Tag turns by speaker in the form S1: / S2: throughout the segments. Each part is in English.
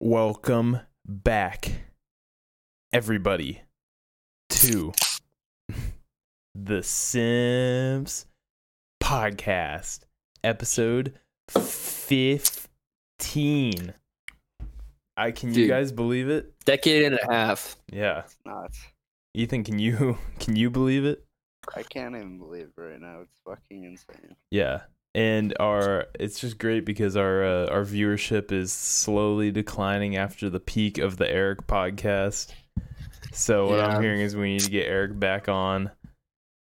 S1: Welcome back, everybody, to the Sims podcast, episode 15. I can you
S2: Dude.
S1: guys believe it?
S2: Decade and a half.
S1: Yeah.
S3: not.
S1: Ethan, can you can you believe it?
S3: I can't even believe it right now. It's fucking insane.
S1: Yeah. And our it's just great because our uh, our viewership is slowly declining after the peak of the Eric podcast. So what
S2: Yeah.
S1: I'm hearing is we need to get Eric back on.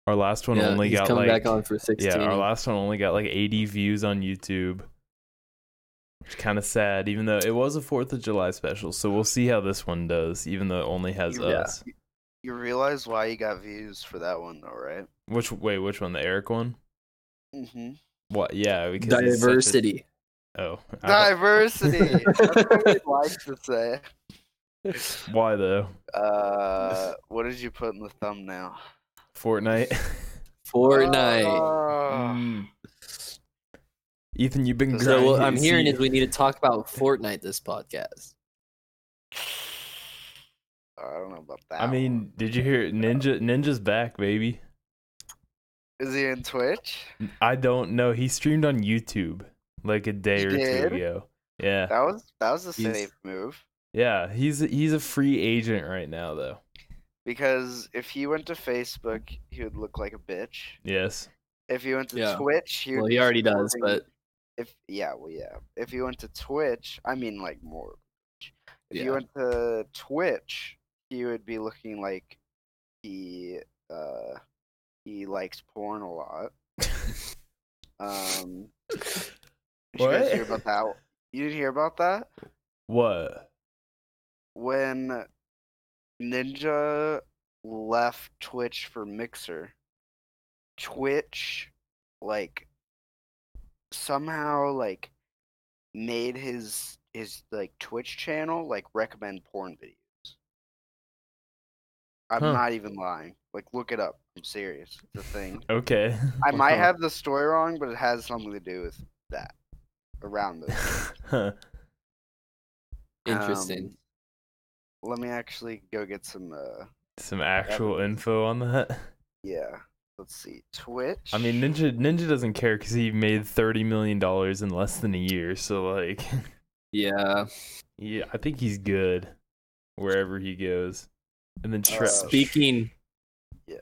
S1: Our last one
S2: yeah,
S1: only
S2: he's
S1: got
S2: coming
S1: like
S2: back on for sixteen.
S1: yeah, our last one only got like 80 views on YouTube. Which is kind of sad even though it was a 4th of July special. So we'll see how this one does even though it only has
S3: Yeah.
S1: us.
S3: You realize why you got views for that one though, right?
S1: Which wait, which one? The Eric one?
S3: Mm-hmm.
S1: What? Yeah, because he's such a-
S2: diversity.
S1: oh. I don't-
S3: Diversity. That's what we like to say.
S1: why though?
S3: Uh, what did you put in the thumbnail?
S1: Fortnite.
S2: Fortnite.
S1: Mm.
S3: Oh,
S1: Ethan, you've been
S3: So
S2: so
S1: grinding.
S2: what I'm hearing
S1: see-
S2: is we need to talk about Fortnite this podcast.
S3: I don't know about that.
S1: I mean, did you hear Ninja? Ninja's back, baby.
S3: one. is he in Twitch?
S1: I don't know. He streamed on YouTube like a day
S3: He
S1: or
S3: did?
S1: two ago. Yeah,
S3: That was that was a
S2: He's-
S3: safe move
S1: yeah. He's he's a free agent right now, though.
S3: because if he went to Facebook, he would look like a bitch.
S1: Yes.
S3: If he went to
S2: Yeah.
S3: Twitch, he would
S2: Well, he
S3: be
S2: already does,
S3: supporting
S2: but
S3: if yeah, well yeah. If you went to Twitch, I mean like more. Twitch. If
S2: Yeah.
S3: you went to Twitch, he would be looking like he uh he likes porn a lot. Um did you guys
S1: What?
S3: hear about that? You didn't hear about that?
S1: What?
S3: When Ninja left Twitch for Mixer, Twitch like somehow like made his his like Twitch channel like recommend porn videos. I'm
S1: Huh.
S3: not even lying. Like look it up. I'm serious. It's a thing.
S1: Okay.
S3: I might
S1: Wow.
S3: have the story wrong, but it has something to do with that. Around this.
S1: Huh.
S2: interesting.
S3: Um, let me actually go get some uh
S1: Some actual info on that.
S3: yeah. Let's see. Twitch.
S1: I mean, Ninja Ninja doesn't care because he made thirty million dollars in less than a year. So like,
S2: yeah.
S1: yeah, I think he's good wherever he goes. And then Tre-
S3: Uh,
S2: Oh, Speaking
S3: yes.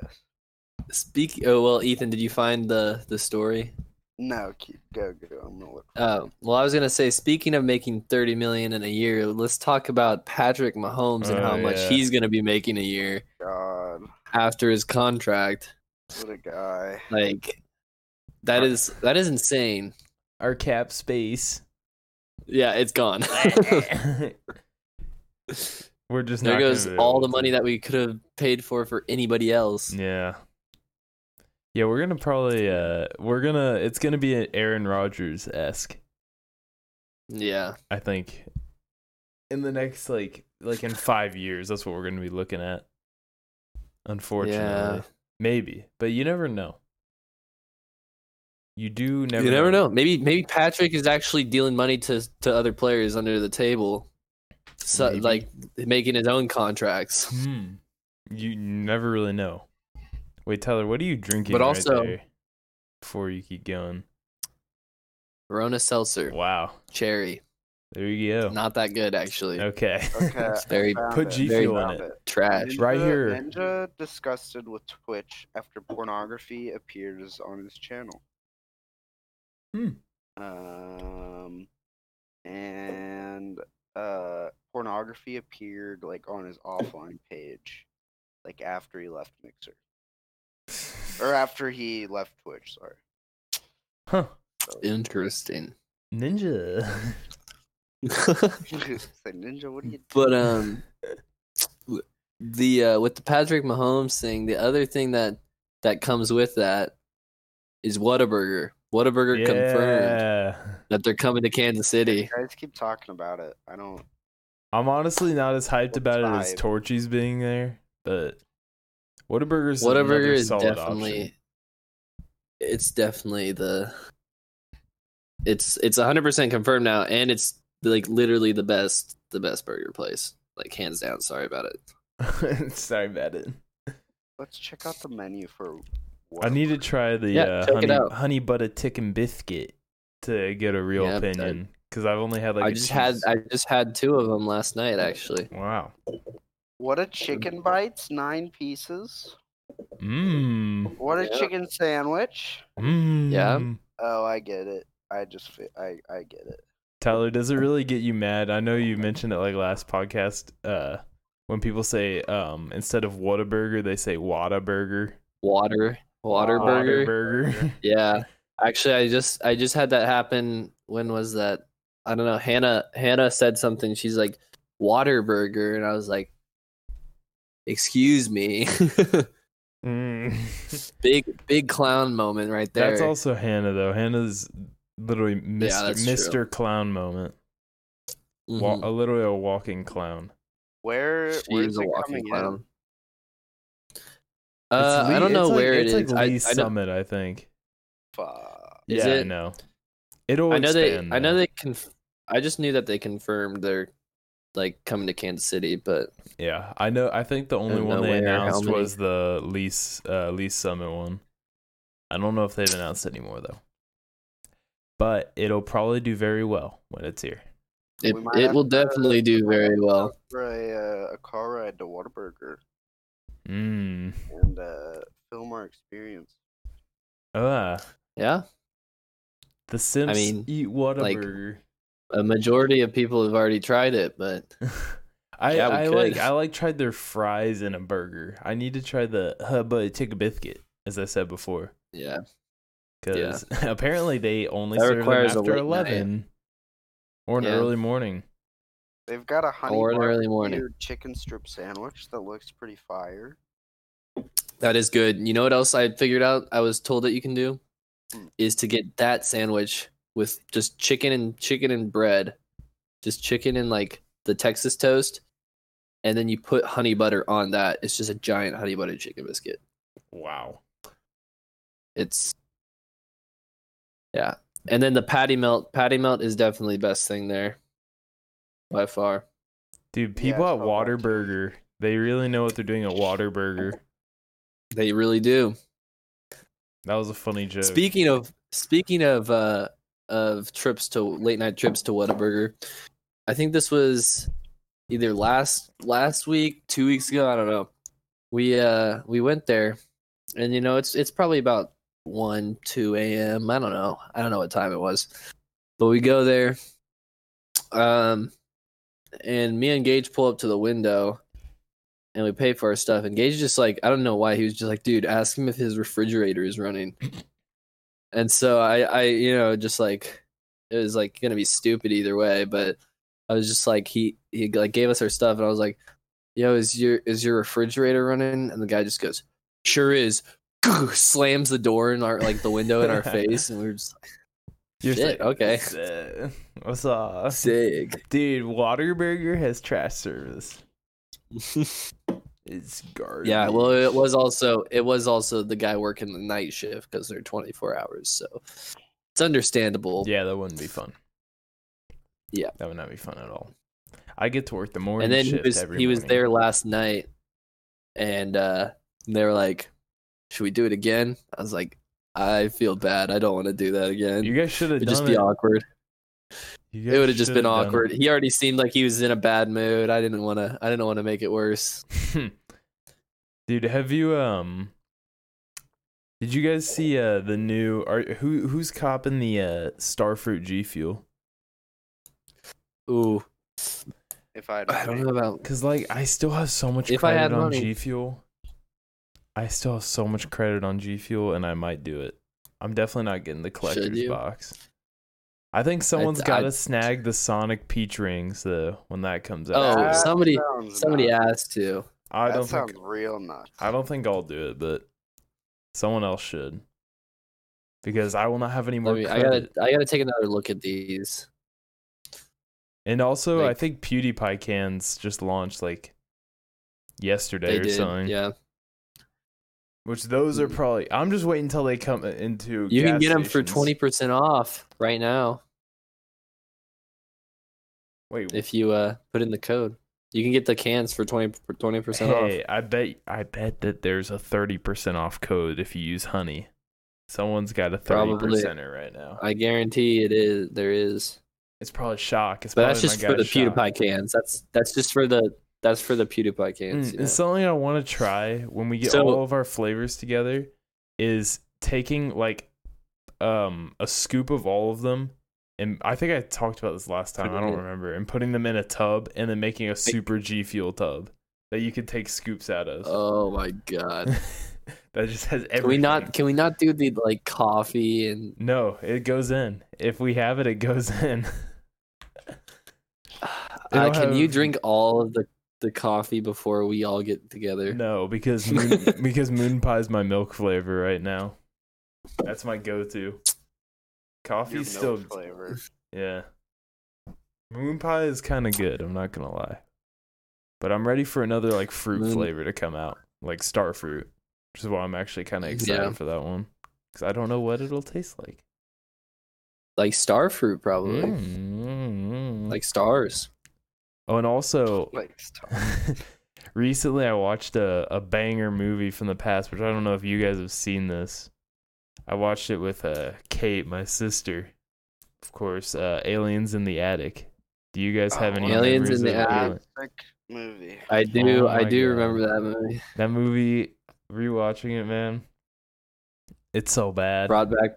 S2: speak oh well, Ethan, did you find the the story?
S3: No, keep go go. I'm gonna look. for it.
S2: Uh, well I was gonna say speaking of making thirty million in a year, let's talk about Patrick Mahomes and
S1: Oh,
S2: how much
S1: yeah.
S2: he's gonna be making a year
S3: God,
S2: after his contract.
S3: what a guy.
S2: Like that is that is insane.
S1: our cap space.
S2: Yeah, it's gone.
S1: We're just
S2: there
S1: not
S2: goes
S1: gonna be
S2: all
S1: able
S2: the
S1: to-
S2: money that we could have paid for for anybody else.
S1: Yeah. Yeah, we're gonna probably uh we're gonna it's gonna be an Aaron Rodgers esque,
S2: Yeah,
S1: I think. In the next like like in five years, that's what we're gonna be looking at. Unfortunately.
S2: Yeah.
S1: Maybe. But you never know. You do never
S2: you never know. Maybe maybe Patrick is actually dealing money to to other players under the table, so,
S1: Maybe.
S2: like making his own contracts.
S1: Hmm. You never really know. Wait, Tyler, what are you drinking?
S2: But
S1: right
S2: also-
S1: there before you keep going,
S2: Verona Seltzer,
S1: wow,
S2: cherry,
S1: there you go.
S2: not that good actually.
S1: Okay,
S3: Okay,
S2: It's very
S3: I found
S1: Put
S3: it.
S1: G
S2: Very
S1: Fuel in
S3: Found
S1: it.
S3: it.
S2: trash.
S1: Right
S3: Ninja-
S1: here.
S3: Ninja disgusted with Twitch after pornography appears on his channel.
S1: Hmm.
S3: Um, and uh, pornography appeared like on his offline page, like after he left Mixer or after he left Twitch. Sorry.
S1: Huh.
S2: Interesting.
S1: Ninja.
S3: Say, Ninja, what are you?
S2: But um, the uh, with the Patrick Mahomes thing, the other thing that that comes with that is Whataburger. Whataburger confirmed
S1: yeah.
S2: that they're coming to Kansas
S3: You
S2: City.
S3: guys keep talking about it. I don't.
S1: I'm honestly not as hyped about it as
S3: Five.
S1: Torchy's being there, but Whataburger's another
S2: Whataburger is
S1: solid
S2: definitely
S1: option.
S2: it's definitely the it's it's 100% confirmed now and it's like literally the best the best burger place. Like hands down. Sorry about it.
S1: Sorry about it.
S3: Let's check out the menu for.
S1: I need to try the
S2: Yeah,
S1: uh,
S2: check it
S1: honey,
S2: out.
S1: honey butter chicken biscuit to get a real
S2: Yeah,
S1: opinion because I've only had like
S2: I
S1: a
S2: just had
S1: cheese-
S2: I just had two of them last night actually.
S1: wow.
S3: What a chicken bites, nine pieces.
S1: Mmm.
S3: What a
S2: Yeah.
S3: chicken sandwich.
S1: Mmm.
S3: Oh, I get it. I just fe- I I get it.
S1: Tyler, does it really get you mad? I know you mentioned it like last podcast. Uh, when people say um instead of Whataburger, they say Whataburger.
S2: Water, water burger.
S1: Whataburger.
S2: Yeah. Actually, I just I just had that happen. When was that? I don't know. Hannah Hannah said something. She's like water burger, and I was like, excuse me.
S1: Mm.
S2: big big clown moment right there.
S1: That's also Hannah though. Hannah's literally Mr.
S2: that's
S1: Mr.
S2: true.
S1: Clown moment.
S2: Mhm.
S1: Wa- a literally a walking clown.
S3: Where
S2: She
S3: where's
S2: is a
S3: it
S2: walking
S3: coming in?
S2: clown. Uh,
S1: It's Lee-
S2: I don't know
S1: it's like-
S2: where it
S1: it's
S2: is.
S1: like Lee
S2: I, I don't-
S1: Summit, I think.
S3: Fuck.
S2: Is
S1: yeah, I
S2: it-
S1: know. It'll
S2: I know they.
S1: expand,
S2: I know
S1: though.
S2: they. Conf- I just knew that they confirmed they're like coming to Kansas City, but
S1: Yeah, I know. I think the only
S2: don't
S1: one
S2: know
S1: they
S2: where, how
S1: announced
S2: many.
S1: was the lease uh, lease summit one. I don't know if they've announced any more though. But it'll probably do very well when it's here.
S2: it,
S3: We might
S2: it
S3: have
S2: will
S3: to-
S2: definitely do very well.
S3: For a, uh, a car ride to Whataburger
S1: Mm.
S3: and uh, film our experience.
S1: Ah,
S2: Yeah,
S1: the Sims
S2: mean,
S1: eat
S2: like-
S1: Whataburger.
S2: a majority of people have already tried it, but
S1: I
S2: Yeah, we
S1: I
S2: could.
S1: like I like tried their fries in a burger. I need to try the hubba chicken biscuit, as I said before,
S2: yeah,
S1: because apparently they only
S2: That
S1: serve them
S2: requires a
S1: after
S2: late night.
S1: eleven or an
S2: Yeah.
S1: early morning.
S3: They've got a honey
S2: or in the
S3: barbecue
S2: early morning.
S3: chicken strip sandwich that looks pretty fire.
S2: That is good. You know what else I figured out? I was told that you can do is to get that sandwich with just chicken and chicken and bread, just chicken and like the Texas toast, and then you put honey butter on that. It's just a giant honey butter chicken biscuit.
S1: Wow.
S2: It's yeah. And then the patty melt. Patty melt is definitely best thing there. By far.
S1: Dude,
S3: Yeah,
S1: people
S3: it's
S1: at
S3: not much.
S1: Waterburger, they really know what they're doing at Waterburger.
S2: They really do.
S1: That was a funny joke.
S2: Speaking of speaking of uh of trips to late night trips to Whataburger, I think this was either last last week, two weeks ago, I don't know. We uh we went there and you know it's it's probably about one, two AM. I don't know. I don't know what time it was. But we go there. Um and me and Gage pull up to the window and we pay for our stuff. And Gage just like, I don't know why, he was just like, dude, ask him if his refrigerator is running. And so I, I, you know, just like it was like gonna be stupid either way, but I was just like he he like gave us our stuff, and I was like, "Yo, is your is your refrigerator running?" And the guy just goes, "Sure is." slams the door in our like the window in our face, and we were just like,
S1: You're
S2: shit, okay.
S1: "Sick. What's up?
S2: "Sick."
S1: Dude, Waterburger has trash service. It's garbage.
S2: yeah, well, it was also it was also the guy working the night shift because they're twenty four hours, so it's understandable.
S1: Yeah, that wouldn't be fun.
S2: Yeah.
S1: That would not be fun at all. I get to work the morning
S2: and then he
S1: shift
S2: was
S1: every
S2: he was
S1: morning.
S2: there last night and uh they were like should we do it again i was like i feel bad i don't want to do that again
S1: You guys should have
S2: it'd
S1: done
S2: just
S1: it.
S2: be awkward
S1: You
S2: it
S1: guys
S2: would have just
S1: shoulda
S2: been
S1: done it.
S2: awkward he already seemed like he was in a bad mood i didn't want to i didn't want to make it worse
S1: Dude, have you um Did you guys see uh the new are who who's copping the uh Starfruit G Fuel?
S2: ooh
S3: If I,
S2: i don't know about
S1: Cuz like I still have so much
S2: If I
S1: credit
S2: had
S1: on
S2: money.
S1: G Fuel. I still have so much credit on G Fuel and I might do it. I'm definitely not getting the collector's
S2: you?
S1: box. I think someone's
S2: I-
S1: got to snag the Sonic Peach rings though when that comes out.
S2: Oh,
S3: Ah,
S1: too.
S2: some- somebody- somebody asked to
S1: I
S3: That
S1: don't
S3: sounds
S1: think
S3: real nuts.
S1: I don't think I'll do it, but someone else should. Because I will not have any more
S2: Let me- i
S1: credit.
S2: gotta i gotta take another look at these
S1: and also, I
S2: like-
S1: think PewDiePie cans just launched like yesterday
S2: they
S1: or
S2: did
S1: something.
S2: yeah
S1: Which those are
S2: Mm.
S1: probably. I'm just waiting until they come into.
S2: you can
S1: gas
S2: get them for
S1: stations.
S2: 20% off right now
S1: Wait,
S2: if you uh put in the code. You can get the cans for 20 percent off.
S1: hey, I bet I bet that there's a thirty percent off code if you use honey. Someone's got a thirty
S2: Probably.
S1: percenter right now.
S2: I guarantee it is there is.
S1: It's probably shock. It's
S2: But
S1: probably
S2: that's just
S1: my
S2: for the
S1: guy's shock.
S2: PewDiePie cans. That's that's just for the that's for the PewDiePie cans.
S1: Mm,
S2: you know?
S1: It's something I want to try when we get
S2: So-
S1: all of our flavors together is taking like um a scoop of all of them and I think I talked about this last time, I don't
S2: Mhm.
S1: remember, and putting them in a tub and then making a super G fuel tub that you could take scoops out of.
S2: Oh my god.
S1: that just has everything.
S2: Can we not can we not do the like coffee and
S1: No, it goes in. If we have it, it goes in.
S2: uh,
S1: don't
S2: can you
S1: have-
S2: drink all of the the coffee before we all get together?
S1: No, because moon, because moon pie is my milk flavor right now. That's my go-to.
S3: Your
S1: Coffee's still
S3: milk flavor.
S1: yeah. Moon pie is kind of good. I'm not gonna lie, but I'm ready for another like fruit
S2: Moon-
S1: flavor to come out, like star fruit, which is why I'm actually kind of excited
S2: Yeah.
S1: for that one because I don't know what it'll taste like.
S2: Like starfruit probably.
S1: Mm.
S2: Like stars.
S1: oh, and also
S3: Like stop.
S1: Recently, I watched a, a banger movie from the past, which I don't know if you guys have seen this. I watched it with uh, Kate, my sister. Of course, uh, Aliens in the Attic. Do you guys have
S3: Oh,
S1: any
S2: Aliens
S1: memories
S2: in the
S1: of
S2: Attic.
S1: Alien-
S3: Sick movie.
S2: I do
S1: Oh
S2: I
S1: my
S2: do
S1: God.
S2: remember that movie.
S1: That movie, rewatching it, man, it's so bad.
S2: Brought back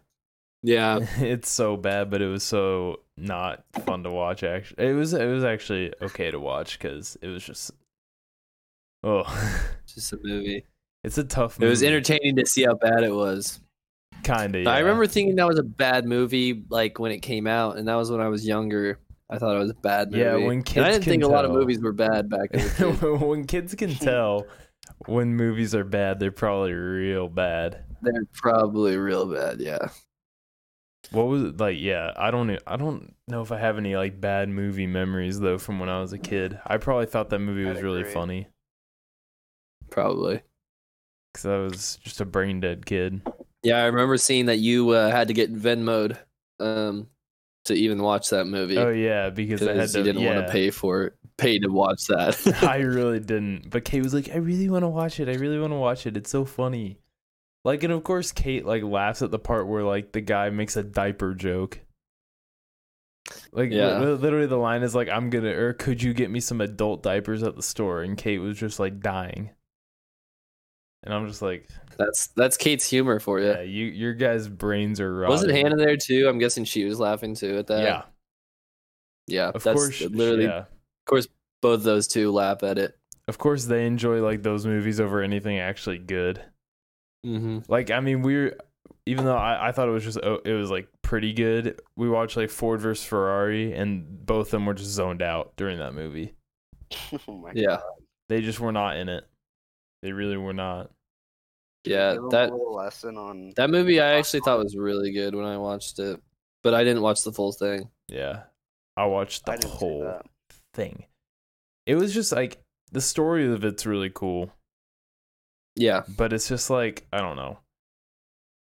S2: Yeah.
S1: it's so bad, but it was so not fun to watch. Actually, it was it was actually okay to watch because it was just oh,
S2: Just a movie.
S1: it's a tough.
S2: It was
S1: movie.
S2: entertaining to see how bad it was.
S1: Kinda.
S2: I
S1: yeah.
S2: remember thinking that was a bad movie, like when it came out, and that was when I was younger. I thought it was a bad movie.
S1: Yeah, when
S2: and I
S1: kids
S2: didn't
S1: can
S2: think a lot of
S1: tell.
S2: movies were bad back then.
S1: when kids can tell when movies are bad, they're probably real bad.
S2: They're probably real bad. Yeah,
S1: What was it like? Yeah, I don't, e- I don't know if I have any like bad movie memories though from when I was a kid. I probably thought that movie
S3: I'd
S1: was really
S3: agree.
S1: funny
S2: probably.
S1: because I was just a brain dead kid.
S2: Yeah, I remember seeing that you uh, had to get Venmo'd um, to even watch that movie
S1: Oh yeah, because I had
S2: because
S1: to.
S2: you didn't want
S1: yeah.
S2: to pay for it, pay to watch that.
S1: I really didn't. But Kate was like, I really want to watch it. I really want to watch it. It's so funny. Like, and of course, Kate like laughs at the part where like the guy makes a diaper joke. Like, li-
S2: Yeah.
S1: li- literally, the line is like, "I'm gonna," or "Could you get me some adult diapers at the store?" And Kate was just like dying. And I'm just like,
S2: that's that's Kate's humor for you.
S1: yeah, you your guys' brains are rotting.
S2: Wasn't Hannah there too? I'm guessing she was laughing too at that.
S1: Yeah,
S2: yeah.
S1: of
S2: that's
S1: course.
S2: literally
S1: yeah.
S2: both those two laugh at it.
S1: Of course, they enjoy like those movies over anything actually good.
S2: Mm-hmm.
S1: Like I mean, we're even though I, I thought it was just oh, it was like pretty good. We watched like Ford versus Ferrari, and both of them were just zoned out during that movie.
S3: oh my
S2: Yeah.
S3: God.
S1: They just were not in it. They really were not.
S3: Can you
S2: Yeah,
S3: give 'em
S2: that-
S3: a little lesson on
S2: That movie I actually thought was really good when I watched it, but I didn't watch the full thing.
S1: Yeah, I watched
S3: I
S1: the
S3: didn't see
S1: whole
S3: that.
S1: thing. It was just like the story of it's really cool,
S2: Yeah,
S1: but it's just like I don't know.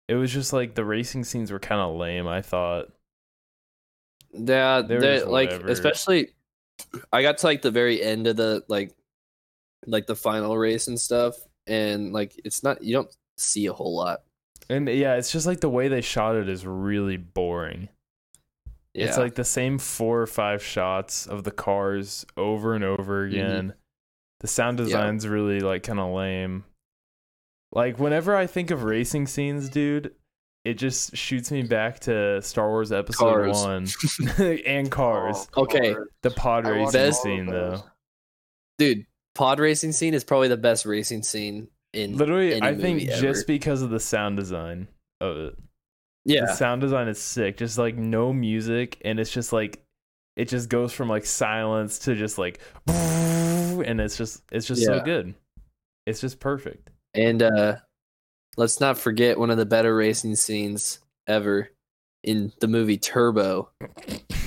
S1: It was just like the racing scenes were kind of lame. I thought.
S2: yeah,
S1: They were
S2: they
S1: just
S2: like
S1: whatever.
S2: especially I got to like the very end of the like like the final race and stuff, and like it's not you don't see a whole lot.
S1: And yeah, it's just like the way they shot it is really boring.
S2: Yeah,
S1: It's like the same four or five shots of the cars over and over again. The sound
S2: Mm-hmm. Yeah.
S1: design's really like kind of lame. Like whenever I think of racing scenes, dude, it just shoots me back to Star Wars Episode
S2: Cars.
S1: One and Cars.
S3: Oh,
S2: Okay.
S3: Lord.
S1: The pod
S3: I watched
S1: racing
S2: all of
S1: scene,
S3: those.
S1: though.
S2: dude, pod racing scene is probably the best racing scene in
S1: Literally,
S2: any
S1: I think
S2: movie ever.
S1: just because of the sound design of it. the
S2: yeah
S1: sound design is sick just like no music and it's just like it just goes from like silence to just like and it's just it's just so
S2: Yeah.
S1: good it's just perfect
S2: And uh let's not forget one of the better racing scenes ever in the movie Turbo.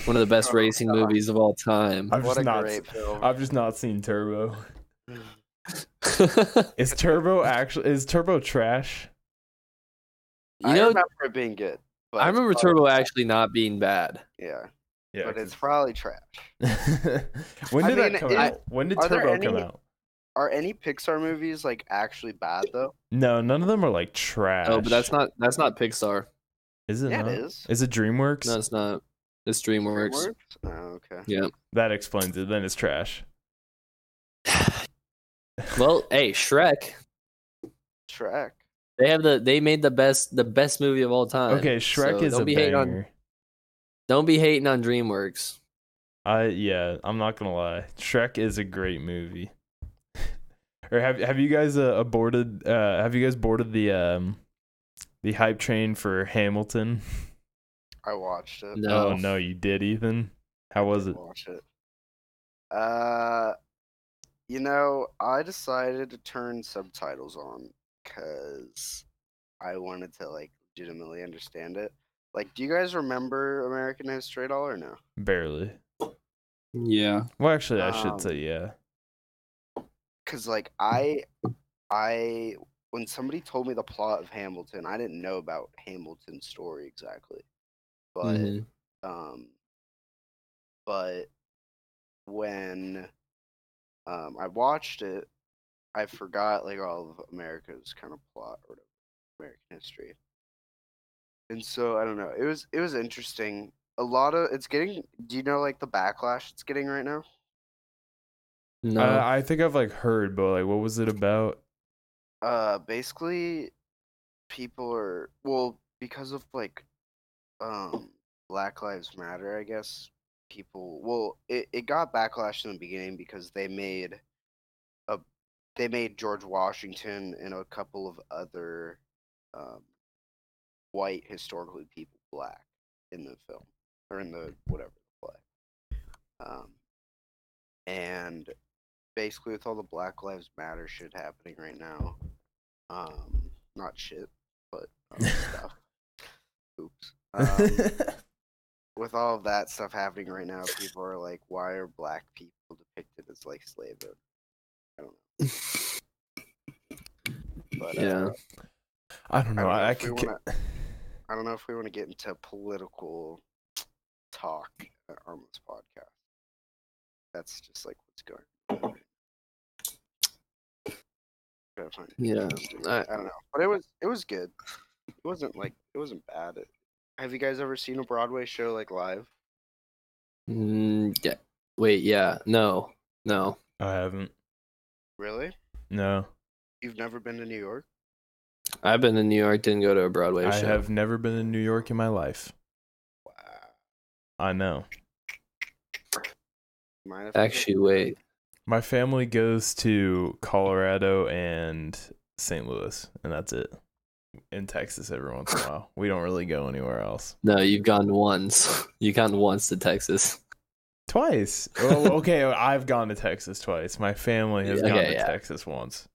S2: One of the best
S3: Oh,
S2: racing
S3: God.
S2: movies of all time.
S1: i've
S3: What
S1: just
S3: a
S1: not
S3: great film.
S1: i've just not seen turbo
S2: you
S1: is turbo actually is turbo trash
S2: know,
S3: I remember it being good. but
S2: I remember
S3: it's
S2: Turbo
S3: probably-
S2: actually not being bad.
S3: Yeah.
S1: Yeah,
S3: but it's
S1: 'cause-
S3: probably trash.
S1: when
S3: I
S1: did
S3: mean,
S1: that come
S3: it-
S1: out? When did
S3: are there
S1: Turbo come
S3: any-
S1: out?
S3: Are any Pixar movies like actually bad though?
S1: No, none of them are like trash.
S2: Oh, but that's not that's not Pixar.
S1: Is it?
S3: Yeah,
S1: not?
S3: it is.
S1: Is it DreamWorks?
S2: No, it's not. It's DreamWorks.
S3: Works? Oh, okay.
S1: That explains it. Then it's trash.
S2: Well, hey, Shrek.
S3: Shrek.
S2: They have the they made the best the best movie of all time.
S1: Okay, Shrek
S2: Uh, So
S1: is
S2: don't
S1: a
S2: be hating on-
S1: banger.
S2: Don't be hating on DreamWorks.
S1: I yeah, I'm not gonna lie. Shrek is a great movie. or have have you guys uh, aborted? Uh, have you guys boarded the um the hype train for Hamilton?
S3: I watched it.
S2: No.
S1: Oh no, you did, Ethan. How was it?
S3: Watch it. Uh, you know, I decided to turn subtitles on because I wanted to like legitimately understand it. Like, do you guys remember American History at all or no?
S1: Barely.
S2: Yeah.
S1: Well, actually, I
S3: Um,
S1: should say yeah.
S3: Because like I, I when somebody told me the plot of Hamilton, I didn't know about Hamilton's story exactly, but.
S2: Mm-hmm.
S3: um but when um i watched it i forgot like all of america's kind of plot or whatever, american history and so i don't know it was it was interesting a lot of it's getting do you know like the backlash it's getting right now
S2: No.
S1: Uh, I think I've like heard, but like, what was it about?
S3: uh basically people are well because of like um black lives matter i guess people well it, it got backlash in the beginning because they made a they made george washington and a couple of other um white historically people black in the film or in the whatever play um and basically with all the Black Lives Matter shit happening right now, um, not shit, but um, stuff. Oops. Um, with all of that stuff happening right now, people are like, why are black people depicted as like slave owners? I don't know. But,
S2: Yeah.
S3: uh,
S1: I don't know.
S3: I don't know
S1: I, I
S3: if we
S1: could.
S3: I don't know if we want to get into political talk on this podcast. That's just like what's going. on. Gotta find it
S2: Yeah,
S3: interesting.
S2: I-
S3: I don't know, but it was it was good. It wasn't like it wasn't bad. It, have you guys ever seen a Broadway show like live?
S2: Mm, yeah. Wait. Yeah. No. No.
S1: I haven't.
S3: Really?
S1: No,
S3: You've never been to New York?
S2: I've been in New York. Didn't go to a Broadway
S1: I
S2: show.
S1: have never been in New York in my life.
S3: Wow.
S1: I know.
S3: Mind if I go?
S2: Actually, wait.
S1: My family goes to Colorado and St. Louis, and that's it. In Texas, every once in a while, we don't really go anywhere else.
S2: No, you've gone once. You've gone once to Texas.
S1: Twice. oh, okay, I've gone to Texas twice. My family has
S2: Yeah,
S1: gone
S2: okay,
S1: to
S2: yeah.
S1: Texas once.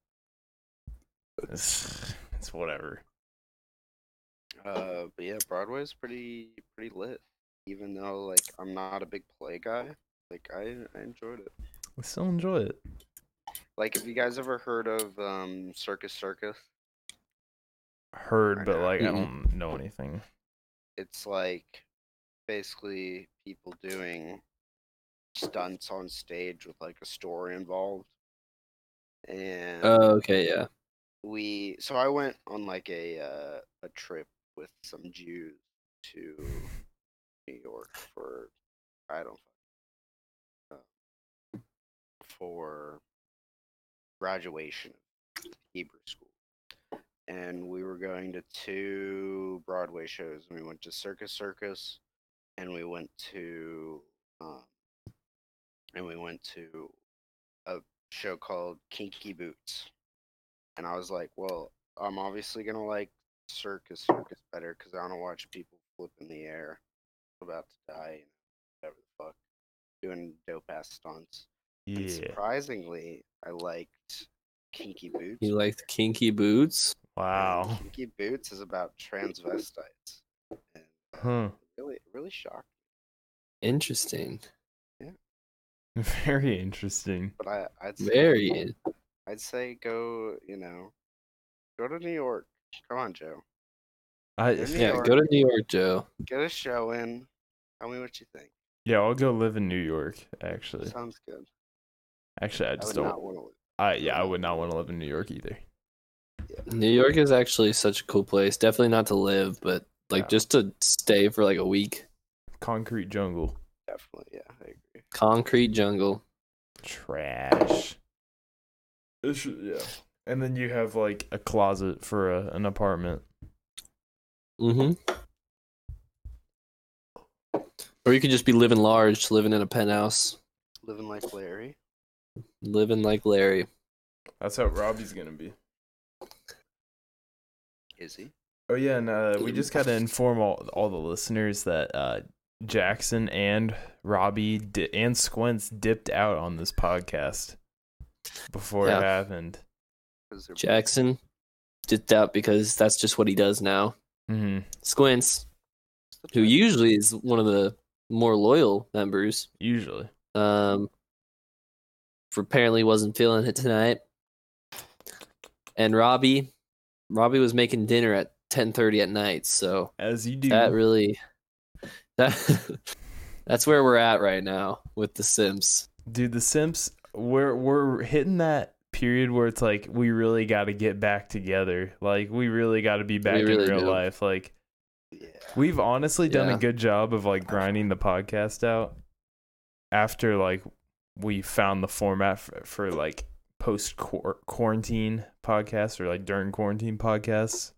S1: It's, it's whatever.
S3: Uh, but yeah, Broadway's pretty pretty lit. Even though like I'm not a big play guy, like I I enjoyed it.
S1: I still enjoy it.
S3: Like, have you guys ever heard of um, Circus Circus?
S1: Heard, but like I
S2: Mhm.
S1: don't know anything.
S3: It's like basically people doing stunts on stage with like a story involved. And
S2: Oh, okay. Yeah.
S3: we, so I went on like a uh, a trip with some Jews to New York for I don't uh, for graduation of Hebrew school. And we were going to two Broadway shows. We went to Circus Circus, and we went to, um, and we went to a show called Kinky Boots. And I was like, well, I'm obviously gonna like Circus Circus better because I want to watch people flip in the air, about to die, whatever the fuck, doing dope ass stunts. And
S1: Yeah.
S3: surprisingly, I liked Kinky Boots.
S2: You liked kinky boots?
S3: and
S1: Wow.
S3: Kinky Boots is about transvestites. And
S1: Huh.
S3: really, it really shocked.
S2: Interesting.
S1: Very interesting.
S3: But I, I'd say,
S2: Very. in-
S3: I'd say go, you know, go to New York. Come on, Joe.
S1: I
S3: New
S2: Yeah.
S3: York.
S2: Go to New York, Joe.
S3: Get a show in. Tell me what you think.
S1: Yeah, I'll go live in New York. Actually,
S3: Sounds good.
S1: actually, I
S3: I
S1: just
S3: would
S1: don't.
S3: not want to.
S1: I yeah, I would not want to live in New York either.
S2: New York is actually such a cool place. Definitely not to live, but like
S1: Yeah.
S2: just to stay for like a week.
S1: Concrete jungle,
S3: Definitely, yeah, I agree.
S2: Concrete jungle.
S1: trash. This is- yeah. And then you have like a closet for a, an apartment.
S2: Mm-hmm. Or you could just be living large, living in a penthouse,
S3: Living like Larry.
S2: living like Larry.
S1: That's how Robbie's gonna be.
S3: Is he?
S1: Oh yeah, and uh, we just gotta inform all all the listeners that uh, Jackson and Robbie di- and Squints dipped out on this podcast before
S2: Yeah.
S1: it happened.
S3: 'Cause they're-
S2: Jackson did that because that's just what he does now.
S1: Mm-hmm.
S2: Squints, who usually is one of the more loyal members,
S1: Usually,
S2: um, apparently wasn't feeling it tonight. And Robbie, Robbie was making dinner at ten thirty at night, so
S1: as you do.
S2: that really that that's where we're at right now with the Sims.
S1: Dude, the Simps, we're we're hitting that period where it's like we really got to get back together. Like we really got to be back
S2: really
S1: in real
S2: do.
S1: life. Like
S3: Yeah.
S1: we've honestly done
S2: Yeah.
S1: a good job of like grinding the podcast out after like we found the format for, for like post quarantine podcasts or like during quarantine podcasts.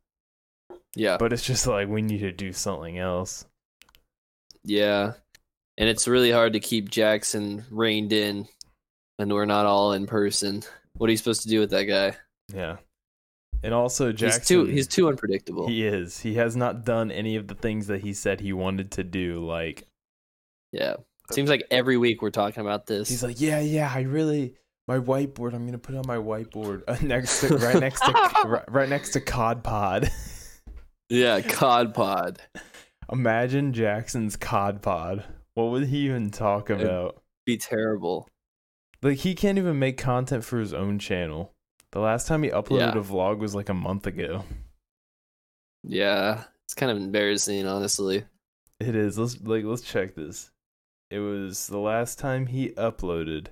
S2: Yeah.
S1: But it's just like we need to do something else.
S2: Yeah. And it's really hard to keep Jackson reined in when we're not all in person. What are you supposed to do with that guy?
S1: Yeah. And also Jackson
S2: He's too he's too unpredictable.
S1: He is. He has not done any of the things that he said he wanted to do. Like
S2: yeah. Seems like every week we're talking about this.
S1: he's like, yeah, yeah, I really my whiteboard. I'm gonna put on my whiteboard uh, next to right next to right, right next to Cod Pod.
S2: yeah, cod pod.
S1: Imagine Jackson's Cod Pod. What would he even talk about?
S2: Be terrible.
S1: Like he can't even make content for his own channel. The last time he uploaded
S2: Yeah.
S1: a vlog was like a month ago.
S2: Yeah. It's kind of embarrassing, honestly.
S1: It is. Let's like let's check this. It was the last time he uploaded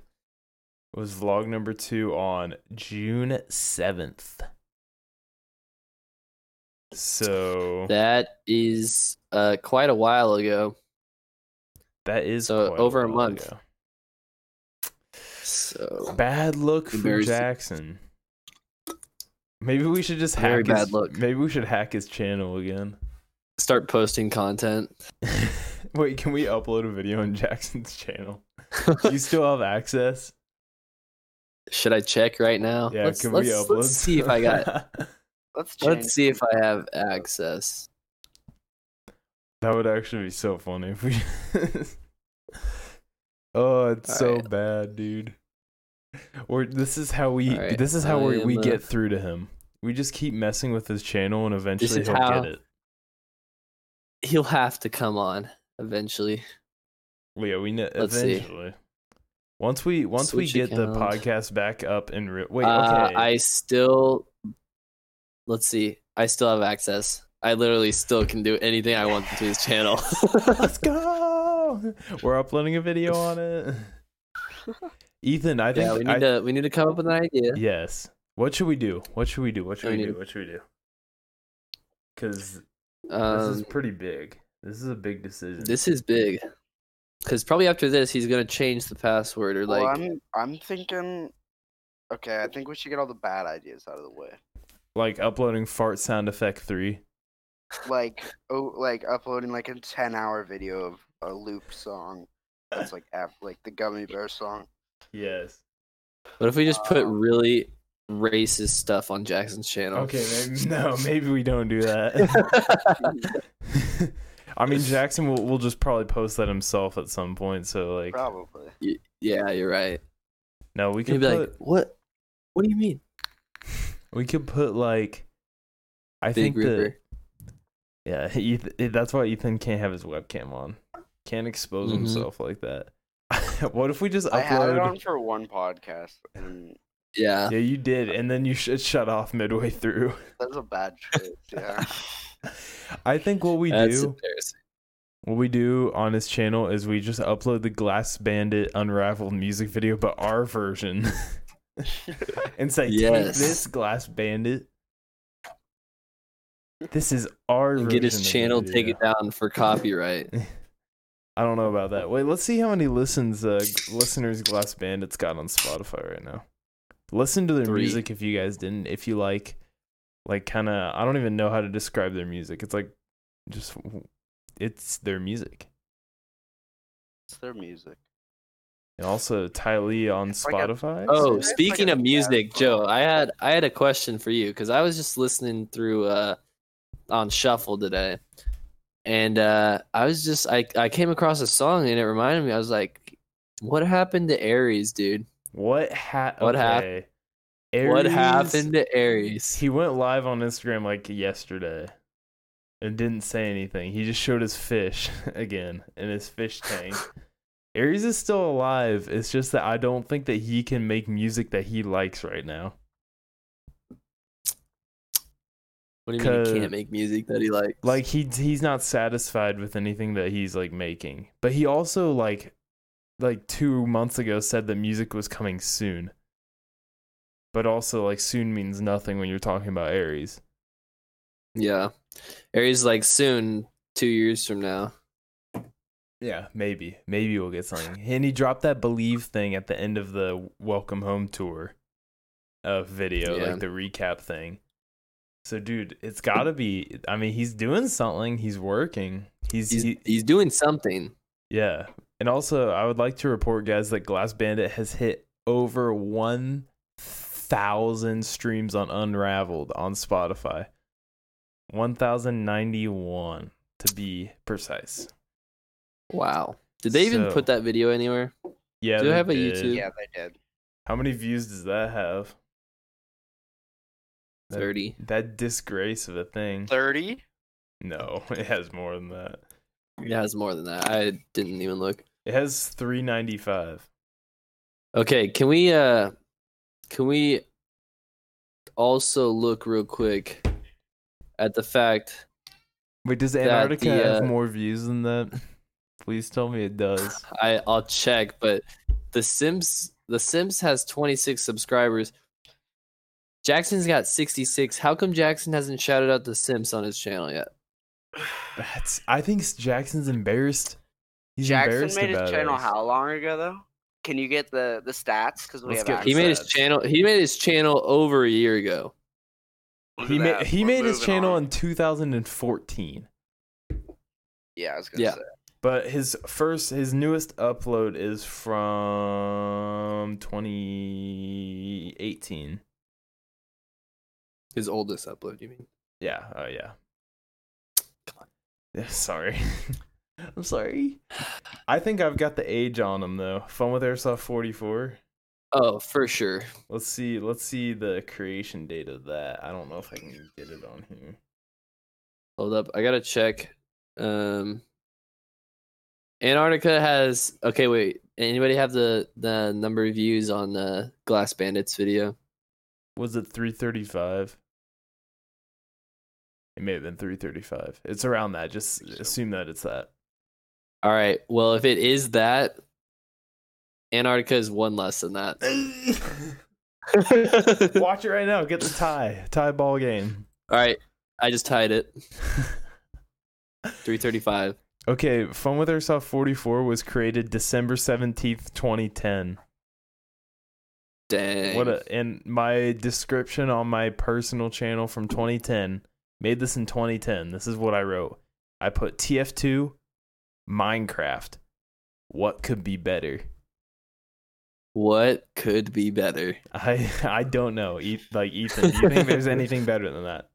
S1: was vlog number two on June seventh. So
S2: That is uh quite a while ago.
S1: that is
S2: so
S1: quite
S2: over a
S1: while
S2: month.
S1: ago.
S2: So
S1: Bad look for
S2: Embarrassing.
S1: Jackson. Maybe we should just
S2: Very
S1: hack
S2: bad
S1: his,
S2: look.
S1: Maybe we should hack his channel again.
S2: start posting content.
S1: Wait, can we upload a video on Jackson's channel? you still have access?
S2: Should I check right now?
S1: Yeah,
S2: Uh, let's,
S1: can
S2: let's,
S1: we upload?
S2: let's see if I got
S1: got
S3: Let's change.
S2: Let's see if I have access.
S1: That would actually be so funny if we. oh, it's
S2: All
S1: so
S2: right.
S1: bad, dude. Or this is how we.
S2: All right,
S1: This is how
S2: I
S1: we, we
S2: am, uh,
S1: get through to him. We just keep messing with his channel, and eventually
S2: is
S1: he'll
S2: how-
S1: get it.
S2: He'll have to come on eventually.
S1: Well, yeah, we know.
S2: Let's see.
S1: Eventually, once we once
S2: Switch
S1: we get the
S2: account.
S1: podcast back up and re- wait,
S2: Uh,
S1: okay,
S2: I still, let's see. I still have access. I literally still can do anything I want to his channel.
S1: let's go. We're uploading a video on it. Ethan, I think
S2: yeah, we need
S1: I-
S2: to we need to come up with an idea.
S1: Yes. What should we do? What should we do? What should
S2: I
S1: we
S2: mean-
S1: do? What should we do? Because this is
S2: Um,
S1: pretty big. This is a big decision.
S2: this is big, because probably after this he's gonna change the password or
S3: Well,
S2: like
S3: Oh, I'm I'm thinking. Okay, I think we should get all the bad ideas out of the way.
S1: like uploading fart sound effect three.
S3: Like oh, like uploading like a ten hour video of a loop song. That's like app, like the Gummy Bear song.
S1: Yes.
S2: what if we just put
S3: uh,
S2: really racist stuff on Jackson's channel?
S1: Okay. Maybe, no, maybe we don't do that. I mean, Jackson will will just probably post that himself at some point. So like,
S3: Probably.
S2: yeah, you're right.
S1: no, we
S2: He'd
S1: could
S2: be
S1: put
S2: like, what? What do you mean?
S1: we could put like. I think
S2: Big
S1: that
S2: Ripper.
S1: yeah, Ethan, that's why Ethan can't have his webcam on. Can't expose
S2: Mhm.
S1: himself like that. what if we just upload?
S3: I had it on for one podcast, and
S2: Yeah.
S1: Yeah, you did, and then you sh- it shut off midway through.
S3: that's a bad choice. Yeah.
S1: I think what we
S2: That's
S1: do
S2: embarrassing.
S1: What we do on this channel is we just upload the Glass Bandit Unraveled music video, but our version, and say, "Take
S2: Yes.
S1: this, Glass Bandit. This is our version."
S2: Get
S1: of
S2: his
S1: the
S2: channel
S1: video."
S2: taken down for copyright.
S1: I don't know about that. Wait, let's see how many listens uh, g- listeners Glass Bandits got on Spotify right now. Listen to their
S2: Three.
S1: music if you guys didn't. If you like, like kind of, I don't even know how to describe their music. It's like just, it's their music.
S3: It's their music.
S1: And also Ty Lee on
S3: It's like a-
S1: Spotify.
S2: Oh,
S3: It's like
S2: speaking
S3: a
S2: of music,
S3: jazz
S2: Joe,
S3: song.
S2: I had I had a question for you because I was just listening through uh on shuffle today, and uh I was just I I came across a song and it reminded me. I was like, what happened to Aries, dude?
S1: what hat?
S2: What hap- What happened to Aries?
S1: He went live on Instagram like yesterday and didn't say anything. He just showed his fish again in his fish tank. Aries is still alive. It's just that I don't think that he can make music that he likes right now.
S2: What do you mean he
S1: Cause-
S2: can't make music that he likes?
S1: Like he he's not satisfied with anything that he's like making. But he also like like 2 months ago said that music was coming soon. But also like soon means nothing when you're talking about Aries.
S2: yeah, Aries like soon, two years from now.
S1: Yeah, maybe. Maybe we'll get something. And he dropped that believe thing at the end of the welcome home tour uh video,
S2: Yeah.
S1: like the recap thing. So dude, it's gotta be I mean, he's doing something, he's working. He's,
S2: He's
S1: he,
S2: he's doing something.
S1: yeah. And also I would like to report guys that Glass Bandit has hit over one thousand streams on Unraveled on Spotify. One thousand ninety one to be precise.
S2: Wow. Did they even
S1: So-
S2: put that video anywhere?
S1: Yeah,
S2: Do you
S1: they
S2: have a
S1: did.
S2: YouTube?
S3: Yeah, they did.
S1: How many views does that have? That-
S2: Thirty.
S1: That disgrace of a thing.
S3: Thirty.
S1: No, it has more than that.
S2: It has more than that. I didn't even look.
S1: It has 395.
S2: Okay, can we uh can we also look real quick at the fact
S1: Wait, does
S2: That
S1: Antarctica
S2: the,
S1: have
S2: uh,
S1: more views than that? Please tell me it does.
S2: I I'll check, but the Sims the Sims has 26 subscribers. Jackson's got 66. How come Jackson hasn't shouted out the Sims on his channel yet?
S1: That's. I think Jackson's embarrassed. He's embarrassed
S3: Jackson made
S1: about
S3: his channel
S1: us.
S3: how long ago though? Can you get the the stats? Because we
S1: Let's
S3: have
S1: get-
S2: He made his
S1: Sad.
S2: channel he made his channel over a year ago.
S1: He made he made his channel in 2014,
S3: Yeah, I was gonna
S2: Yeah.
S3: say.
S1: but his first his newest upload is from 2018.
S2: His oldest upload, you mean?
S1: Yeah. Oh, yeah.
S2: Come on.
S1: Yeah, sorry. I'm sorry. I think I've got the age on them though. Fun with Airsoft 44.
S2: Oh, for sure.
S1: Let's see. Let's see the creation date of that. I don't know if I can get it on here.
S2: Hold up, I gotta check. Um, Antarctica has okay. Wait, anybody have the the number of views on the Glass Bandits video?
S1: Was it 335? It may have been 335. It's around that. Just
S3: Think so.
S1: assume that it's that.
S2: All right. Well, if it is that, Antarctica is one less than that. All
S1: Watch it right now. Get the tie. Tie ball game.
S2: right, I just tied it. Three thirty-five.
S1: Okay, Fun with Airsoft 44 was created December 17th, 2010.
S2: Dang.
S1: What a, and my description on my personal channel from 2010 made this in 2010. This is what I wrote. I put TF2 Minecraft. What could be better?
S2: what could be better?
S1: I I don't know. E- like Ethan, do you think there's anything better than that?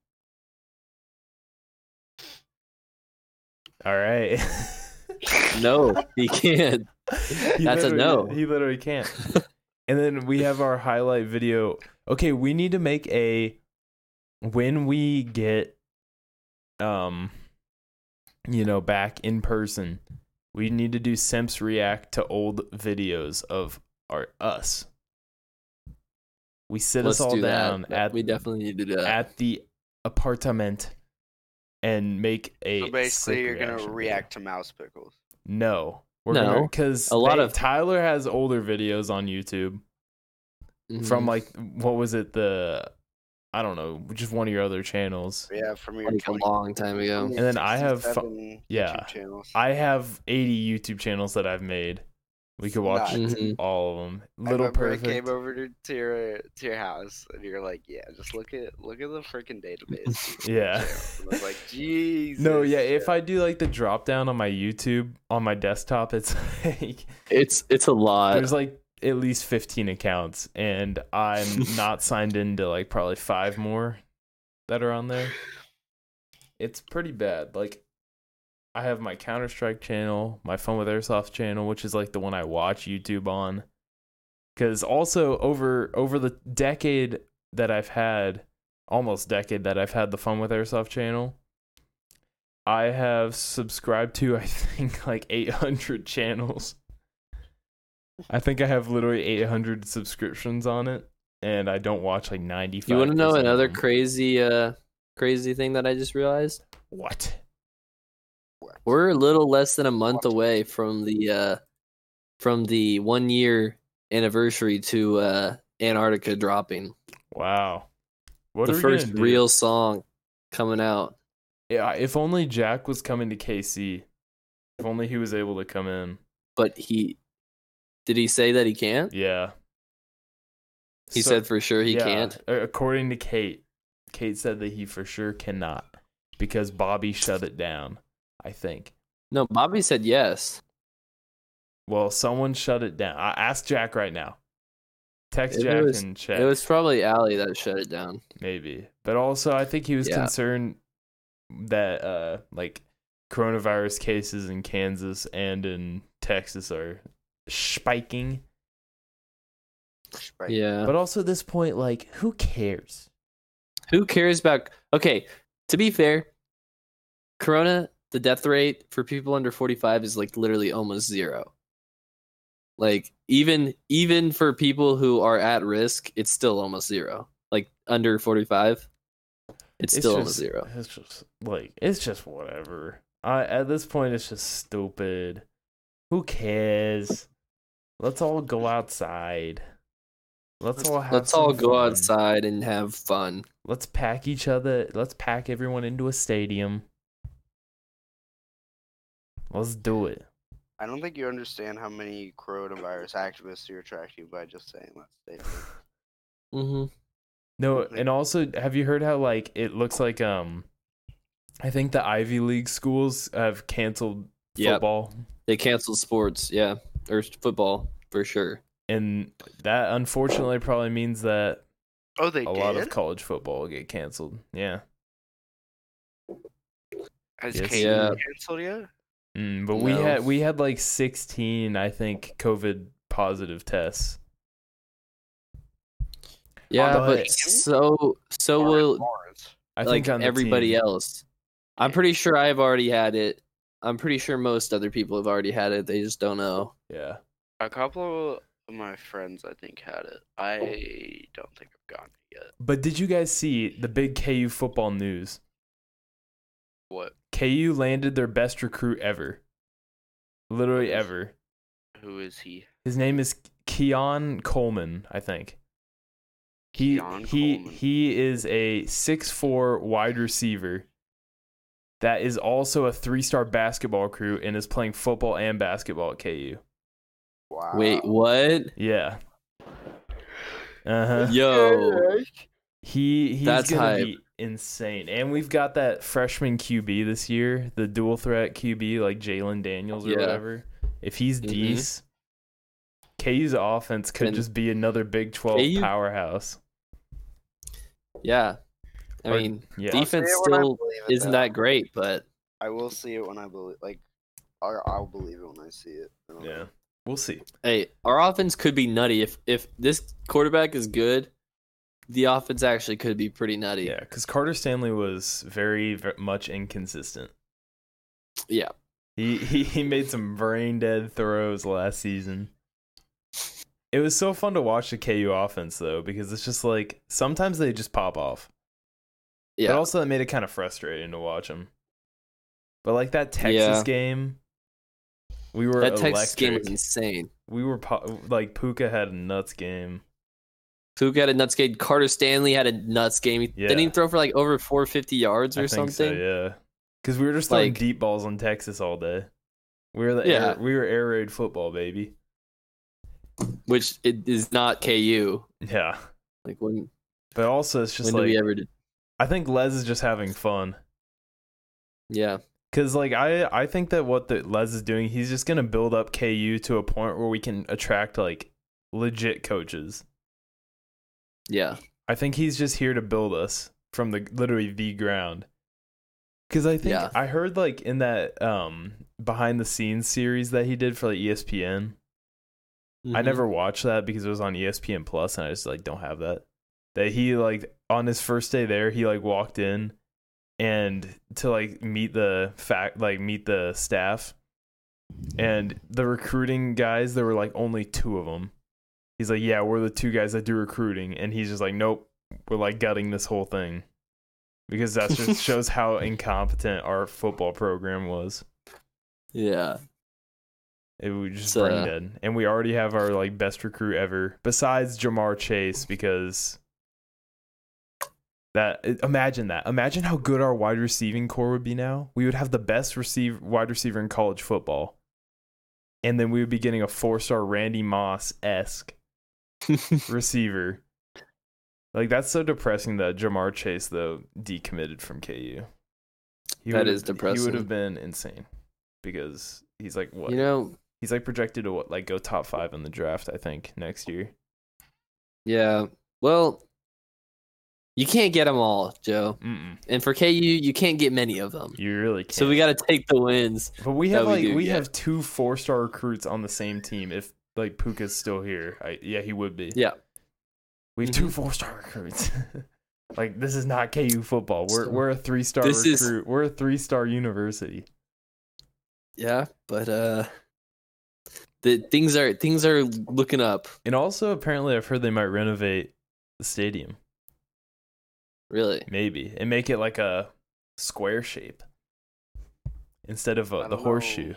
S1: All right.
S2: No, he can't.
S1: He
S2: That's a
S1: literally-
S2: no.
S1: He literally can't. and then we have our highlight video. Okay, we need to make a when we get um you know back in person. We need to do simps react to old videos of our us. We sit
S2: Let's
S1: us all
S2: do
S1: down
S2: that.
S1: at
S2: we definitely need to do that.
S1: at the apartment and make a.
S3: So basically,
S1: sick
S3: you're gonna
S1: reaction video.
S3: react to mouse pickles.
S1: No, we're
S2: No.
S1: because
S2: A lot of-
S1: Tyler has older videos on YouTube from
S2: Mhm.
S1: like what was it the, I don't know, just one of your other channels.
S3: Yeah, from your
S2: like a
S3: 20
S2: long time ago.
S1: And then I have fu-
S3: 67
S1: yeah.
S3: YouTube channels.
S1: I have 80 YouTube channels that I've made. We could watch
S3: Nice.
S2: Mhm.
S1: all of them.
S3: I
S1: Little
S3: remember
S1: perfect.
S3: I came over to, to your to your house and you're like, yeah, just look at look at the freaking database.
S1: yeah.
S3: And I was like, Jesus.
S1: No, yeah. If I do like the drop down on my YouTube on my desktop, it's like
S2: It's it's a lot.
S1: there's like at least 15 accounts, and I'm not signed into like probably five more that are on there. It's pretty bad. Like, I have my Counter Strike channel, my Fun with Airsoft channel, which is like the one I watch YouTube on. Because also over over the decade that I've had, almost decade that I've had the Fun with Airsoft channel, I have subscribed to I think like 800 channels. I think I have literally 800 subscriptions on it, and I don't watch like 95.
S2: You want to know another
S1: crazy
S2: crazy uh crazy thing that I just realized?
S1: what?
S3: What?
S2: We're a little less than a month
S3: What?
S2: away from the uh from the 1 year anniversary to uh Antarctica dropping.
S1: Wow. What
S2: the
S1: are we
S2: first
S1: gonna do?
S2: real song coming out.
S1: Yeah, if only Jack was coming to KC. If only he was able to come in.
S2: But he did he say that he can't?
S1: Yeah.
S2: He
S1: So-
S2: said for sure he
S1: yeah,
S2: can't.
S1: a- According to Kate, Kate said that he for sure cannot because Bobby shut it down, I think.
S2: No, Bobby said yes.
S1: Well, someone shut it down. I ask Jack right now. Text
S2: It
S1: Jack
S2: was-
S1: and check.
S2: It was probably Allie that shut it down.
S1: maybe but also i think he was
S2: Yeah.
S1: concerned that uh like coronavirus cases in kansas and in texas are spiking
S3: Right.
S2: Yeah.
S1: but also at this point like who cares
S2: Who cares about? Okay, to be fair, Corona, the death rate for people under 45 is like literally almost zero. Like even even for people who are at risk, it's still almost zero. Like under 45, it's, still
S1: just,
S2: almost zero.
S1: it's just like it's just whatever i at this point it's just stupid who cares let's all go outside let's all have
S2: Let's all
S1: some
S2: go
S1: fun.
S2: outside and have fun.
S1: let's pack each other let's pack everyone into a stadium let's do it
S3: I don't think you understand how many coronavirus activists you're attracting by just saying that statement.
S1: Mm-hmm.
S2: hmm
S1: no
S3: Okay.
S1: and also have you heard how like it looks like um i think the ivy league schools have canceled
S2: Yep.
S1: football
S2: They canceled sports, yeah, or football for sure.
S1: and that unfortunately probably means that
S3: Oh, they
S1: a
S3: did.
S1: lot of college football will get canceled yeah
S3: Has
S1: Yes.
S3: Kate
S2: Yeah.
S3: canceled yet?
S1: Mm, but we
S2: No.
S1: had we had like 16 i think covid positive tests
S2: Yeah,
S1: But-
S2: but so so
S3: Or
S2: will
S3: Lawrence?
S1: i
S2: like
S1: think on the
S2: everybody
S1: team-
S2: else. I'm pretty sure I've already had it. I'm pretty sure most other people have already had it. They just don't know.
S1: yeah
S3: A couple of my friends, I think, had it. I don't think I've gotten it yet.
S1: but did you guys see the big ku football news
S3: What?
S1: KU landed their best recruit ever. Literally ever.
S3: Who is he?
S1: His name is Keon Coleman, I think. He
S3: Keon
S1: he
S3: Coleman.
S1: he is a 6'4 wide receiver that is also a three-star basketball crew and is playing football and basketball at KU.
S3: Wow.
S2: Wait, what?
S1: Yeah. Uh-huh.
S2: Yo,
S1: He he's
S2: That's
S1: gonna
S2: hype.
S1: be insane. And we've got that freshman QB this year, the dual threat QB like Jalen Daniels or
S2: Yeah.
S1: whatever. If he's
S2: Mhm.
S1: Dees, KU's offense could
S2: And-
S1: just be another Big Twelve
S2: KU
S1: powerhouse.
S2: yeah. I
S1: Or-
S2: mean,
S1: Yeah,
S3: I'll
S2: Deep- defense
S3: see it when I
S2: still
S3: believe it,
S2: isn't
S3: though.
S2: that great? But
S3: I will see it when I believe. Like, or I'll believe it when I see it. I don't
S1: yeah.
S3: know.
S1: We'll see.
S2: hey, our offense could be nutty if if this quarterback is good. The offense actually could be pretty nutty.
S1: Yeah, because Carter Stanley was very, ve- much inconsistent.
S2: Yeah.
S1: He, he he made some brain dead throws last season. It was so fun to watch the KU offense though, because it's just like sometimes they just pop off.
S2: Yeah.
S1: But also, that made it kind of frustrating to watch them. But like that Texas
S2: Yeah.
S1: game, we were
S2: that
S1: electric.
S2: Texas game was insane.
S1: we were po- like Puka had a nuts game.
S2: Fuke had a nuts game. Carter Stanley had a nuts game. He
S1: Yeah.
S2: Didn't he throw for like over 450 yards
S1: I
S2: or
S1: think
S2: something?
S1: so, yeah. Because we were just throwing
S2: Like-
S1: deep balls on Texas all day. We were the
S2: Yeah.
S1: air, we were air raid football, baby.
S2: Which it is not KU.
S1: Yeah.
S2: Like when
S1: But also, it's just
S2: when do
S1: like
S2: we ever did?
S1: I think Les is just having fun.
S2: Yeah,
S1: Cause like I I think that what the Les is doing, he's just gonna build up KU to a point where we can attract like legit coaches.
S2: yeah,
S1: I think he's just here to build us from the literally the ground. Cause I think
S2: Yeah.
S1: I heard like in that um behind the scenes series that he did for like E ESPN. I
S2: Mhm.
S1: never watched that because it was on E ESPN Plus, and I just like don't have that. That he like on his first day there, he like walked in and to like meet the fact like meet the staff and the recruiting guys. There were like only two of them. He's like, yeah, we're the two guys that do recruiting, and he's just like, nope, we're like gutting this whole thing because that just shows how incompetent our football program was.
S2: yeah,
S1: It was just
S2: So-
S1: brain dead. And we already have our like best recruit ever, besides Jamar Chase, because that imagine that. Imagine how good our wide receiving core would be now. We would have the best receive wide receiver in college football. And then we would be getting a four star Randy Moss esque receiver. Like that's so depressing that Jamar Chase though decommitted from KU. He
S2: That
S1: would
S2: is
S1: have- He
S2: depressing.
S1: would have been insane because he's like what
S2: you know,
S1: He's like projected to what, like go top five in the draft, I think, next year.
S2: yeah. Well, you can't get them all, Joe.
S1: Mm-mm.
S2: And for KU, you can't get many of them.
S1: You really can't.
S2: So we got to take the wins.
S1: but we have
S2: that we
S1: like we,
S2: do get.
S1: have two four star recruits on the same team. If like Puka's still here, I, yeah, he would be.
S2: Yeah.
S1: we have
S3: Mm-hmm.
S1: two four star recruits. like this is not KU football. We're
S2: So-
S1: we're a three star
S2: This is-
S1: recruit. We're a three star university.
S2: Yeah, but uh, the things are things are looking up.
S1: And also, apparently, I've heard they might renovate the stadium,
S2: Really,
S1: maybe, and make it like a square shape instead of
S3: I
S1: uh, the
S3: don't know-
S1: horseshoe.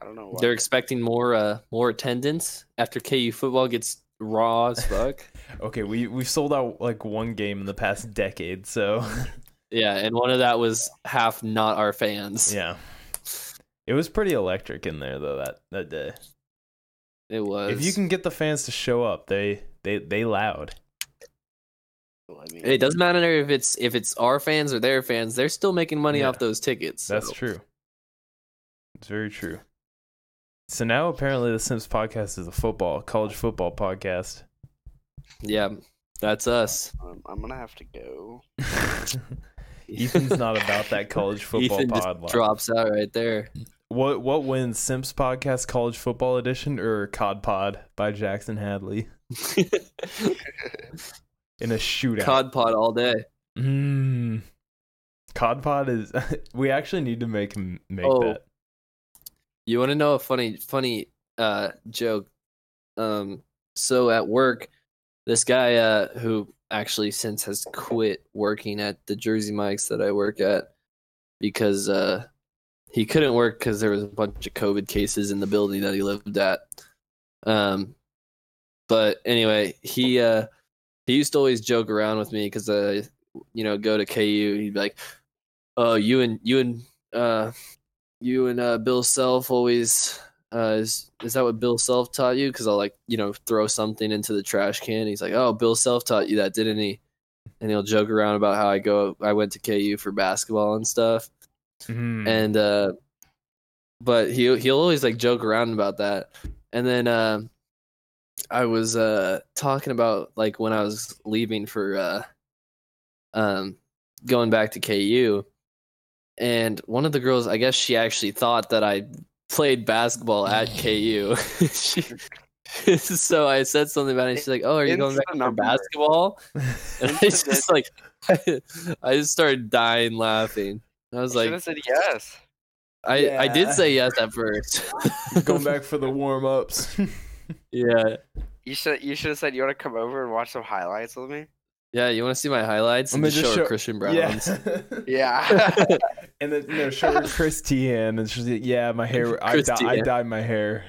S3: I don't know why.
S2: they're expecting more uh more attendance after KU football gets raw as fuck.
S1: Okay, we we've sold out like one game in the past decade, so
S2: yeah, and one of that was half not our fans.
S1: yeah. It was pretty electric in there though that that day.
S2: it was.
S1: If you can get the fans to show up, they they they loud.
S3: I mean,
S2: It doesn't matter if it's if it's our fans or their fans. They're still making money
S1: Yeah.
S2: off those tickets.
S1: That's
S2: so-
S1: true. It's very true. So now apparently the Sims podcast is a football college football podcast.
S2: Yeah, that's us.
S3: um, I'm gonna have to go.
S1: Ethan's not about that college football
S2: Ethan just
S1: pod life.
S2: drops out right there.
S1: What what wins Simps podcast college football edition or COD pod by Jackson Hadley in a shootout?
S2: Cod pod all day.
S1: Mm. Cod pod is. we actually need to make him make
S2: Oh.
S1: that.
S2: You want to know a funny funny uh joke? Um, so at work, this guy uh who actually since has quit working at the Jersey Mikes that I work at because uh he couldn't work because there was a bunch of COVID cases in the building that he lived at. Um, but anyway, he uh he used to always joke around with me because uh you know go to KU he'd be like, oh you and you and uh you and uh Bill Self always uh is is that what Bill Self taught you? Because I'll like you know throw something into the trash can. He's like, oh Bill Self taught you that, didn't he? And he'll joke around about how I go I went to KU for basketball and stuff
S1: Mm.
S2: and uh but he he'll always like joke around about that and then uh, i was uh talking about like when i was leaving for uh um going back to ku and one of the girls i guess she actually thought that i played basketball at ku she, so i said something about it and she's like oh are you going back for
S3: Instant number.
S2: basketball and i just like i just started dying laughing i was
S3: should
S2: like
S3: have said yes.
S2: I, I did
S1: Yeah.
S2: say yes at first.
S1: Going back for the warm ups.
S2: yeah.
S3: You should you should have said you want to come over and watch some highlights with me.
S2: Yeah, you want to see my highlights?
S1: Let
S2: And
S1: me
S2: just show,
S1: just
S2: her
S1: show-
S2: Christian Brown.
S1: Yeah.
S3: Yeah.
S1: and then no, show her Chris Tian, and she's like, yeah, my hair. I,
S2: Chris
S1: di- I
S2: Tian.
S1: dyed my hair.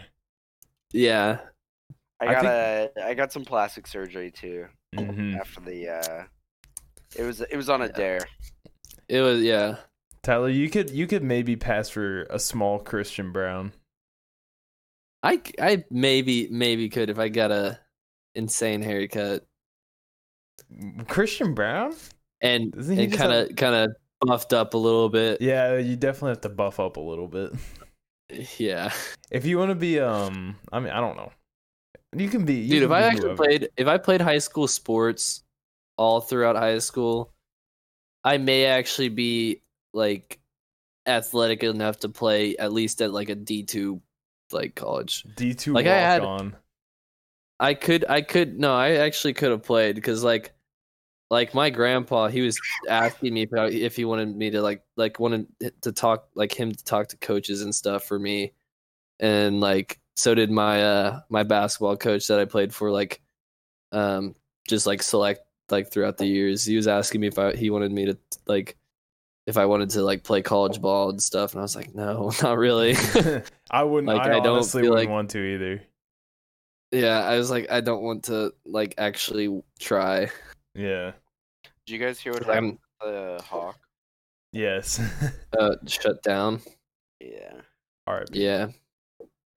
S2: yeah.
S1: I
S3: I
S1: think-
S3: got a I got some plastic surgery too
S1: Mhm.
S3: after the uh it was it was on a
S2: Yeah.
S3: dare.
S2: It was yeah.
S1: Tyler, you could you could maybe pass for a small Christian Brown.
S2: I c- I maybe maybe could if I got a insane haircut
S1: Christian Brown?
S2: and
S1: Doesn't he
S2: and
S1: just
S2: kind
S1: have-
S2: of kind of buffed up a little bit.
S1: Yeah, you definitely have to buff up a little bit.
S2: yeah.
S1: If you want to be, um, I mean, I don't know. You can be, you
S2: dude
S1: can
S2: if i
S1: be
S2: actually
S1: whoever.
S2: played if i played high school sports all throughout high school i may actually be like athletic enough to play at least at like a d2 like college
S1: D two
S2: like,
S1: walk
S2: I had-
S1: on,
S2: i could i could no i actually could have played because like like my grandpa he was asking me if, I- if he wanted me to like like wanted to talk like him to talk to coaches and stuff for me and like so did my uh my basketball coach that i played for like um just like select like throughout the years he was asking me if I, he wanted me to like if i wanted to like play college ball and stuff and i was like no not really
S1: I wouldn't.
S2: Like,
S1: I,
S2: I don't
S1: honestly
S2: feel
S1: wouldn't
S2: like-
S1: want to either.
S2: yeah i was like i don't want to like actually try
S1: Yeah.
S3: Did you guys hear what happened
S2: i'm
S3: to the hawk?
S1: Yes.
S2: uh, shut down
S3: Yeah.
S1: All right.
S2: yeah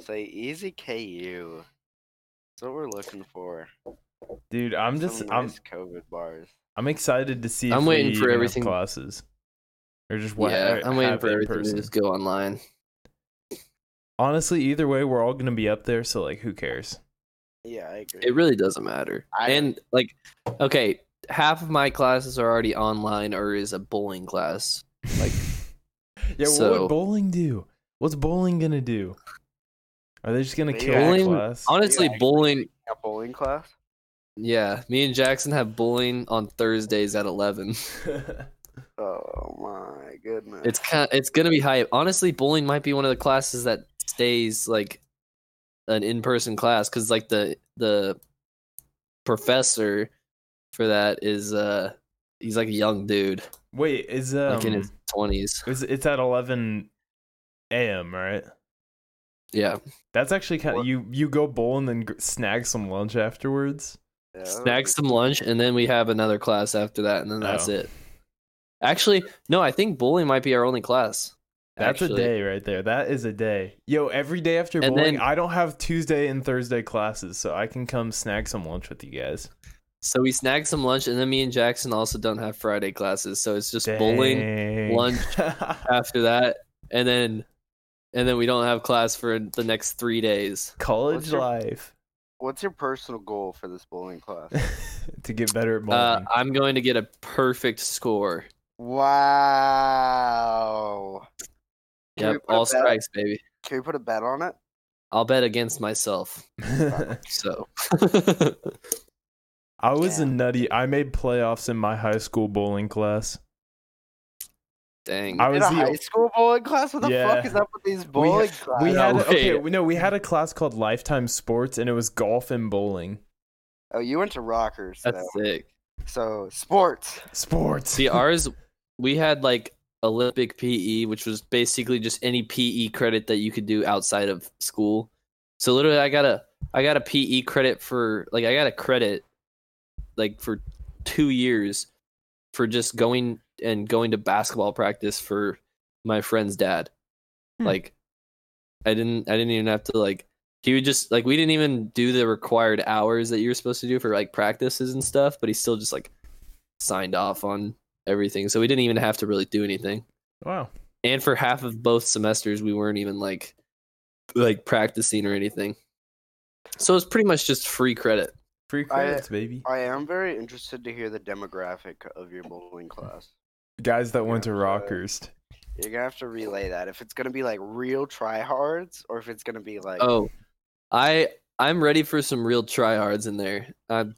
S3: Say easy KU. That's what we're looking for.
S1: dude. I'm just.
S3: Some
S1: I'm.
S3: nice COVID bars.
S1: I'm excited to see.
S2: I'm
S1: if
S2: waiting
S1: we
S2: for
S1: even have
S2: everything-
S1: Classes. Or just what?
S2: yeah, I'm waiting for everything
S1: Person.
S2: to just go online.
S1: Honestly, either way, we're all gonna be up there. So like, who cares?
S3: Yeah, I agree.
S2: It really doesn't matter.
S3: I-
S2: and like, okay, half of my classes are already online or is a bowling class.
S1: Like, yeah. what
S2: So-
S1: would bowling do? What's bowling gonna do? Are they just gonna
S3: They
S1: kill
S2: Bowling-
S1: the class?
S2: Honestly,
S3: Yeah.
S2: bowling.
S3: a bowling class?
S2: Yeah, me and Jackson have bowling on Thursdays at eleven.
S3: Oh my goodness.
S2: It's kind. It's gonna be hype. Honestly, bowling might be one of the classes that stays like an in-person class because like the the professor for that is uh he's like a young dude
S1: Wait, is um,
S2: like in his twenties.
S1: is- it's at 11 a.m. Right?
S2: Yeah.
S1: That's actually kind of
S3: What?
S1: you. You go bowl and then gr- snag some lunch afterwards.
S3: Yeah, that would
S2: snag
S3: be-
S2: some lunch and then we have another class after that and then that's
S1: Oh.
S2: it actually no i think bowling might be our only class
S1: That's
S2: actually.
S1: a day right there. That is a day. Yo, every day after
S2: And
S1: bowling,
S2: then-
S1: I don't have Tuesday and Thursday classes, so I can come snag some lunch with you guys.
S2: so we snag some lunch and then me and jackson also don't have friday classes so it's just bowling
S1: Dang.
S2: lunch. after that and then and then we don't have class for the next three days
S1: College
S3: What's your-
S1: life
S3: What's your personal goal for this bowling class?
S1: to get better at
S2: uh,
S1: bowling.
S2: i'm going to get a perfect score
S3: wow. Can we
S2: yep
S3: put a
S2: all
S3: bet-
S2: strikes baby
S3: Can we put a bet on it?
S2: i'll bet against myself so
S1: I was a
S3: Yeah.
S1: nutty. I made playoffs in my high school bowling class.
S2: dang
S1: I
S3: In
S1: was
S3: a
S1: the
S3: high school bowling class? What the
S1: Yeah.
S3: fuck is up with these bowling classes?
S1: We had
S2: No
S1: okay.
S2: way.
S1: We know we had a class called Lifetime Sports, and it was golf and bowling.
S3: oh, you went to Rockers.
S2: that's
S3: though.
S2: sick
S3: So, sports.
S1: Sports.
S2: See, ours, we had like Olympic PE, which was basically just any PE credit that you could do outside of school. So literally, I got a I got a PE credit for like I got a credit like for two years for just going and going to basketball practice for my friend's dad.
S1: Hmm.
S2: Like, I didn't I didn't even have to like he would just like we didn't even do the required hours that you were supposed to do for like practices and stuff, but he still just like signed off on everything. So we didn't even have to really do anything.
S1: wow.
S2: And for half of both semesters we weren't even like like practicing or anything. So it's pretty much just free credit.
S1: Free
S3: I-
S1: credits, baby.
S3: I am very interested to hear the demographic of your bowling class.
S1: Guys that went to
S3: Yeah, so-
S1: Rockers.
S3: You're gonna have to relay that if it's gonna be like real tryhards or if it's gonna be like
S2: Oh. I I'm ready for some real tryhards in there. I'm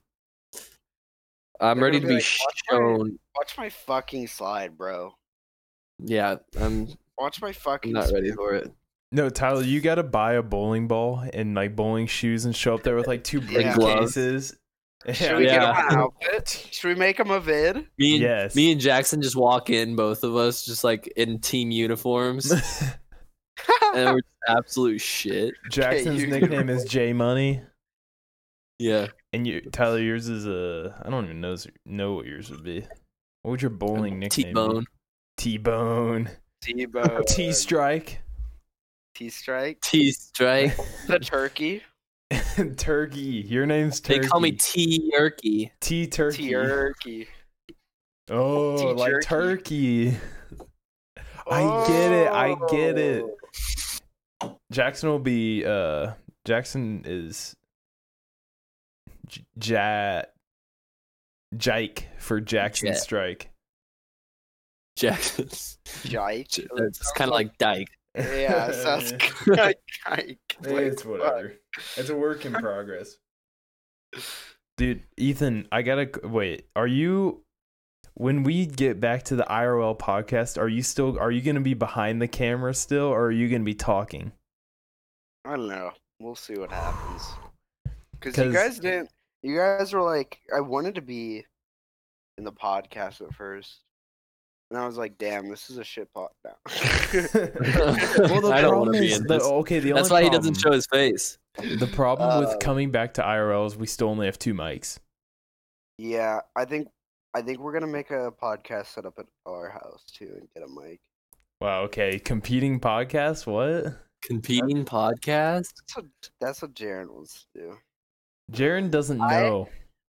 S2: I'm
S3: They're
S2: ready to
S3: gonna
S2: be
S3: be like, "Watch my-"
S2: shown.
S3: watch my fucking slide, bro.
S2: Yeah, I'm
S3: Watch my fucking.
S2: not ready
S3: spin."
S2: for it.
S1: No, Tyler, you gotta buy a bowling ball and like bowling shoes and show up there with like two
S3: Yeah.
S1: briefcases
S3: Should we get
S2: Yeah.
S3: him an outfit? Should we make him a vid?
S2: Me and
S1: Yes.
S2: me and Jackson just walk in, both of us, just like in team uniforms, and we're just absolute shit.
S1: Jackson's
S3: you-
S1: nickname is J Money,
S2: Yeah,
S1: and you, Tyler, yours is a. I don't even know know what yours would be. What would your bowling nickname?
S2: T Bone.
S1: T Bone.
S3: T-Bone.
S1: T Strike.
S3: T-Strike.
S2: T Strike.
S3: The turkey.
S1: Turkey. Your name's Turkey.
S2: They call me T Yerky.
S1: T Turkey.
S3: Turkey.
S1: Oh,
S3: Tea
S1: like turkey. I get it. I get it.
S3: Oh.
S1: Jackson will be. uh Jackson is. J- ja- Jike for Jackson
S2: Ja-
S1: Strike.
S2: Jackson.
S3: Jike.
S2: It's kind of like Dyke.
S3: Yeah, sounds kind of jike.
S1: it's whatever. It's a work in progress. Dude, Ethan, I gotta wait. Are you? When we get back to the IRL podcast, are you still? Are you gonna be behind the camera still, or are you gonna be talking?
S3: I don't know. We'll see what happens. Because
S1: 'Cause-
S3: you guys didn't. You guys were like, I wanted to be in the podcast at first, and I was like, damn, this is a shit pot now.
S1: well, the
S2: I don't
S1: problem
S2: wanna be
S1: is
S2: in
S1: the,
S2: this.
S1: okay. The
S2: That's
S1: only
S2: why he
S1: problem,
S2: doesn't show his face.
S1: The problem
S3: Uh,
S1: with coming back to IRL is we still only have two mics.
S3: yeah, I think I think we're gonna make a podcast set up at our house too and get a mic.
S1: Wow. Okay. Competing podcasts. What?
S2: Competing podcast.
S3: That's what that's what Jaren wants to do.
S1: Jaron doesn't
S3: I-
S1: know.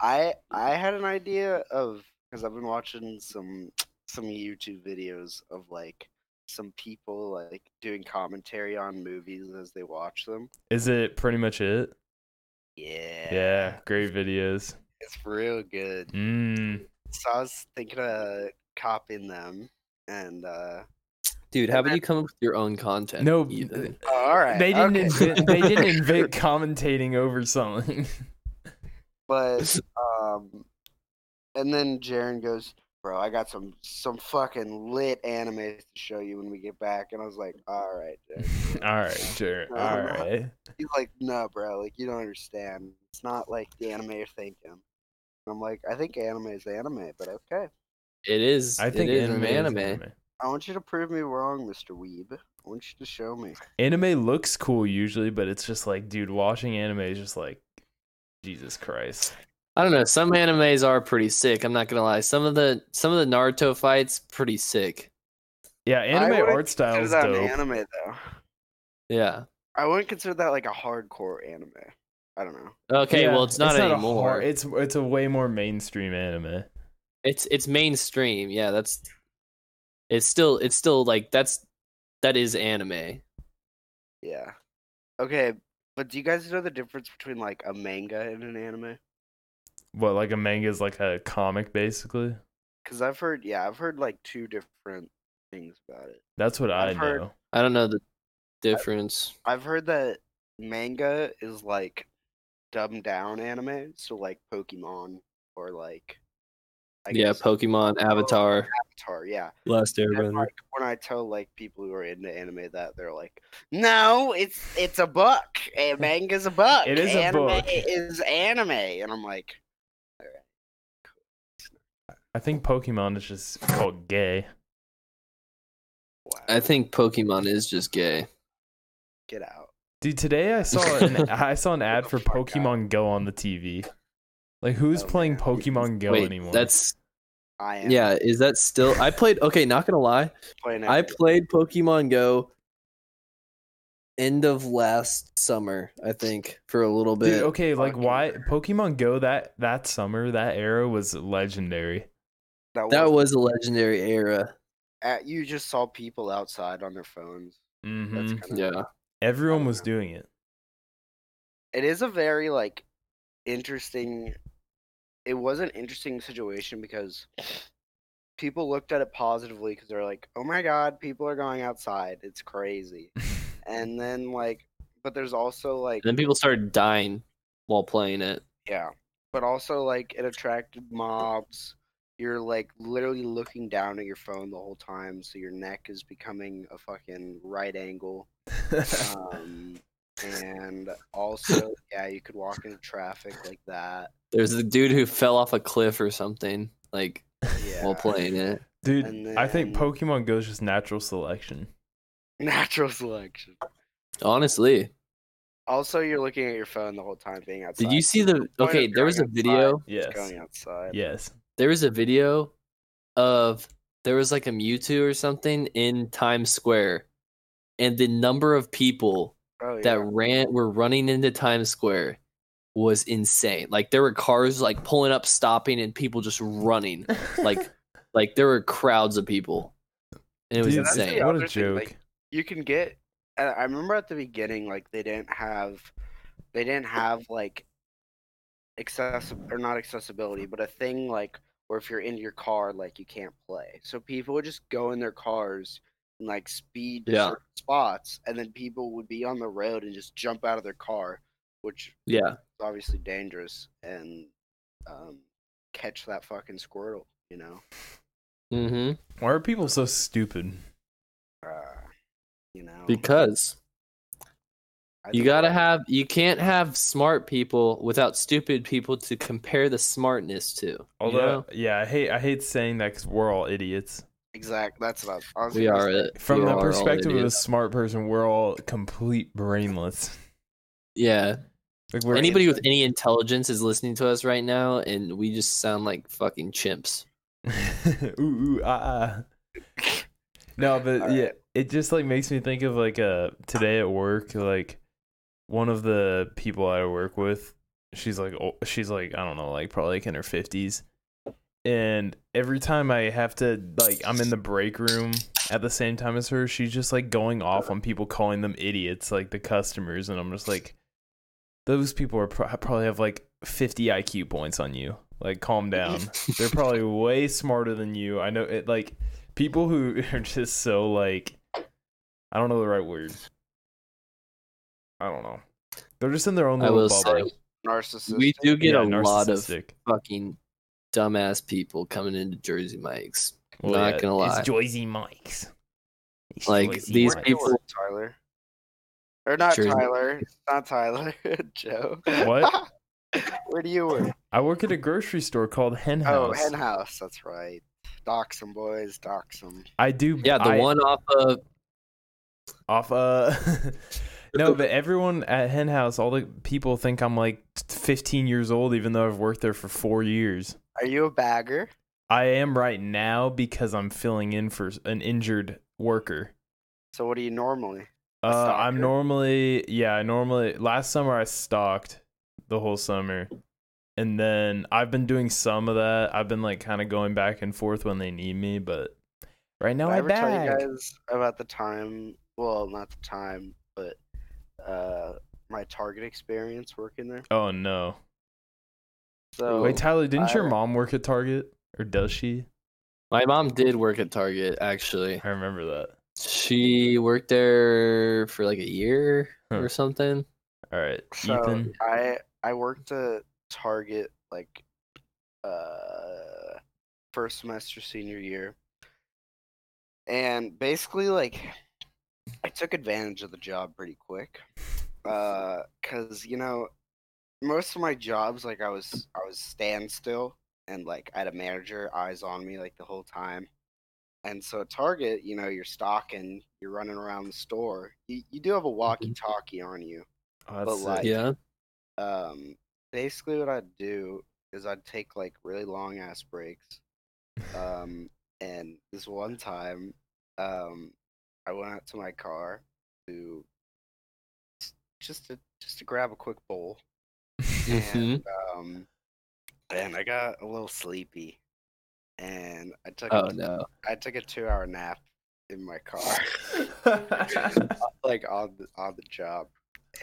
S3: I I had an idea of because I've been watching some some YouTube videos of like some people like doing commentary on movies as they watch them.
S1: Is it pretty much it?
S3: Yeah,
S1: Yeah. great videos.
S3: it's real good.
S1: Mm.
S3: So I was thinking of copying them, and uh,
S2: Dude, how about you come up with your own content?
S1: No, uh,
S2: Ethan?
S3: oh, all right,
S1: They didn't.
S3: okay.
S1: Invent, they didn't invent commentating over something.
S3: but um, and then Jaren goes, "Bro, I got some some fucking lit anime to show you when we get back." And I was like, "All right, Jaren."
S1: All right, Jaron. All right.
S3: he's like, no, bro, like you don't understand. It's not like the anime you're thinking. And I'm like, I think anime is anime, but okay.
S2: it is.
S1: I think
S2: it is
S1: anime,
S2: an
S1: is
S2: anime.
S1: anime.
S3: I want you to prove me wrong, Mr. Weeb. I want you to show me.
S1: Anime looks cool usually, but it's just like, dude, watching anime is just like, Jesus Christ.
S2: I don't know. Some animes are pretty sick. I'm not gonna lie. Some of the some of the Naruto fights pretty sick.
S1: Yeah, anime
S3: wouldn't
S1: art style
S3: Consider
S1: is
S3: that an
S1: dope.
S3: anime though.
S2: Yeah.
S3: I wouldn't consider that like a hardcore anime. I don't know.
S2: Okay.
S1: Yeah,
S2: well, it's not
S1: a
S2: anymore.
S1: hor- it's it's a way more mainstream anime.
S2: it's it's mainstream. Yeah. That's. It's still it's still like that's that is anime.
S3: Yeah. Okay, but do you guys know the difference between like a manga and an anime?
S1: What like a manga is like a comic basically.
S3: Because I've heard, yeah, I've heard like two different things about it.
S1: That's what i
S3: I've
S1: know.
S3: heard-
S2: I don't know the difference.
S3: I've heard that manga is like dumbed down anime, so like Pokemon or like I
S2: yeah,
S3: guess
S2: Pokemon, Avatar,
S3: Avatar, yeah.
S2: Last
S3: And
S2: Airbender.
S3: like, when I tell like people who are into anime that they're like, "No, it's it's a book. A manga's a book.
S1: It is a
S3: anime
S1: book."
S3: Is anime." And I'm like,
S1: I think Pokemon is just called gay.
S3: "Wow,
S2: I think Pokemon is just gay.
S3: get out."
S1: Dude, today I saw an I saw an ad for
S3: the fuck
S1: Pokemon Go on the TV. Like who's
S3: Oh,
S1: playing
S3: man.
S1: Pokemon Go
S2: Wait,
S1: anymore?
S2: that's
S3: I am
S2: yeah. Is that still? I played. Okay, not gonna lie.
S3: playing.
S2: I
S3: anime.
S2: played Pokemon Go end of last summer, I think, for a little bit.
S1: Dude, okay, like
S3: fucking-
S1: why Pokemon Go that that summer, that era was legendary.
S2: That was
S3: was,
S2: a legendary era.
S3: uh, you just saw people outside on their phones. That's
S1: hmm
S3: kind of
S2: Yeah.
S1: Everyone was doing it.
S3: it is a very like interesting it was an interesting situation because people looked at it positively because they're like oh my god people are going outside it's crazy and then like but there's also like
S2: And then people started dying while playing it.
S3: yeah but also like it attracted mobs you're like literally looking down at your phone the whole Uh, time so your neck is becoming a fucking right angle um, and also yeah, you could walk into traffic like that.
S2: There's the dude who fell off a cliff or something, like
S3: Yeah,
S2: while playing it.
S1: Dude,
S3: And
S1: I think
S3: then-
S1: Pokemon Go is just natural selection.
S3: natural selection.
S2: Honestly,
S3: Also, you're looking at your phone the whole time being outside.
S2: did you see the?
S3: Why not
S2: Okay, there was a
S3: going outside?
S2: video.
S3: It's
S1: Yes.
S3: going outside.
S1: Yes.
S2: There was a video of there was like a Mewtwo or something in Times Square, and the number of people
S3: Oh, yeah.
S2: that ran were running into Times Square was insane. Like there were cars like pulling up, stopping, and people just running. Like like there were crowds of people. And it was
S1: Dude,
S3: that's the
S2: insane.
S1: What a
S3: other thing,
S1: joke.
S3: like- you can get I I remember at the beginning like they didn't have they didn't have like access or not accessibility, but a thing like where if you're in your car like you can't play. So people would just go in their cars and like speed to
S2: Yeah.
S3: certain spots and then people would be on the road and just jump out of their car, which
S2: Yeah.
S3: is obviously dangerous and um catch that fucking squirtle, you know.
S2: Mm-hmm.
S1: Why are people so stupid?
S3: Uh, you know.
S2: Because
S3: I
S2: you
S3: think
S2: gotta
S3: that-
S2: have you can't have smart people without stupid people to compare the smartness to. you
S1: Although,
S2: know?
S1: yeah, I hate I hate saying that because we're all idiots.
S3: Exactly. That's what I was, I was
S2: we
S3: gonna
S2: are
S3: say.
S2: it.
S1: From
S2: we
S1: the
S2: are all
S1: perspective of a
S2: idiots.
S1: smart person, we're all complete brainless.
S2: yeah.
S1: Like we're
S2: Anybody with any intelligence is listening to us right now, and we just sound like fucking chimps.
S1: ooh, ooh, ah, ah. No, but
S3: All
S1: yeah,
S3: right.
S1: it just like makes me think of like uh today at work, like one of the people I work with, she's like oh, she's like I don't know, like probably like in her fifties, and every time I have to like I'm in the break room at the same time as her, she's just like going off on people calling them idiots, like the customers, and I'm just like, those people are pro- probably have like 50 IQ points on you. Like, calm down. They're probably way smarter than you. I know it. Like, people who are just so like, I don't know the right word. I don't know. They're just in their own
S2: I
S1: little
S2: will
S1: bubble.
S2: say
S3: narcissistic.
S2: we do get
S1: Yeah,
S2: a lot of
S1: narcissistic.
S2: fucking dumbass people coming into Jersey Mike's.
S1: Well,
S2: not gonna lie.
S1: It's Joyzy Mike's. It's
S2: Like,
S1: Joyzy
S2: these
S1: Mike's.
S2: people-
S3: Tyler, or not
S2: Jersey.
S3: Tyler, not Tyler, Joe.
S1: What?
S3: Where do you work?
S1: I work at a grocery store called Hen
S3: Oh,
S1: House.
S3: Hen House. That's right. Dox them, boys. Dox them.
S1: I do.
S2: Yeah, the
S1: I-
S2: one off of
S1: off uh no but everyone at hen house all the people think i'm like 15 years old even though i've worked there for four years
S3: Are you a bagger?
S1: i am right now because i'm filling in for an injured worker
S3: So what do you normally?
S1: uh, i'm
S3: stalker.
S1: normally yeah i normally last summer i stalked the whole summer and then i've been doing some of that i've been like kind of going back and forth when they need me but right now
S3: Did
S1: i,
S3: I ever tell you
S1: bag.
S3: guys about the time? Well, not the time, but uh, my Target experience working there.
S1: oh no
S3: So
S1: wait tyler didn't your
S3: I-
S1: mom work at target or does she
S2: my mom did work at Target actually.
S1: i remember that
S2: She worked there for like a year
S1: Huh.
S2: or something.
S1: All right,
S3: So
S1: Ethan.
S3: I I worked at Target like uh first semester senior year. And basically like I took advantage of the job pretty quick. Uh cuz you know most of my jobs like I was I was standstill and like I had a manager eyes on me like the whole time. And so at Target, you know, you're stocking, you're running around the store. You, you do have a walkie-talkie on you
S1: Oh,
S3: but
S1: that's
S3: like-
S1: sick.
S2: Yeah.
S3: um basically what i'd do is i'd take like really long ass breaks um and this one time um i went out to my car to just to just to grab a quick bowl
S2: Mm-hmm.
S3: and um and i got a little sleepy and i took
S2: Oh
S3: a,
S2: no.
S3: i took a two hour nap in my car like on the on the job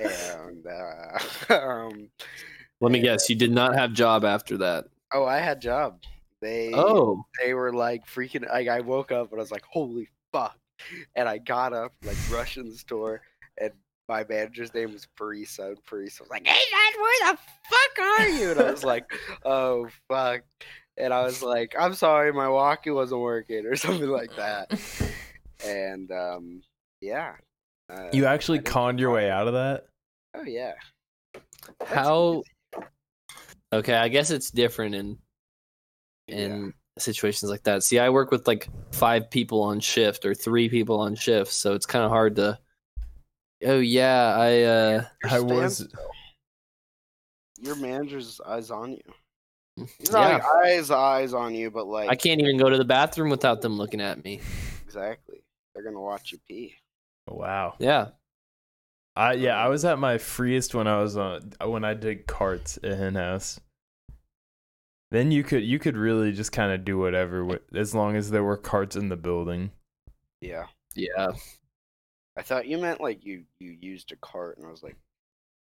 S3: and uh um
S2: Let me guess. You did not have job after that.
S3: Oh, I had job. They
S2: Oh.
S3: they were like freaking. Like I woke up and I was like, "Holy fuck!" And I got up, like rushed in the store, and my manager's name was Paris. And Paris was like, "Hey, man, where the fuck are you?" And I was like, "Oh fuck!" And I was like, "I'm sorry, my walkie wasn't working," or something like that. And um, yeah, uh,
S1: you actually
S3: I didn't
S1: conned your way out of that.
S3: Oh yeah. That's
S2: How?
S3: easy.
S2: Okay, I guess it's different in in situations like that. See, I work with like five people on shift or three people on shift, so it's kind of hard to. Oh yeah, I uh
S3: Your
S1: I
S3: stance,
S1: was-
S3: though. Your manager's eyes on you. He's not
S2: Mm, yeah,
S3: like eyes eyes on you, but like
S2: I can't even go to the bathroom without them looking at me.
S3: exactly. They're gonna watch you pee.
S1: Wow.
S2: Yeah.
S1: I yeah, I was at my freest when I was on when I did carts at hen house. Then you could you could really just kind of do whatever wi- as long as there were carts in the building.
S3: Yeah.
S2: Yeah.
S3: I thought you meant like you you used a cart, and I was like,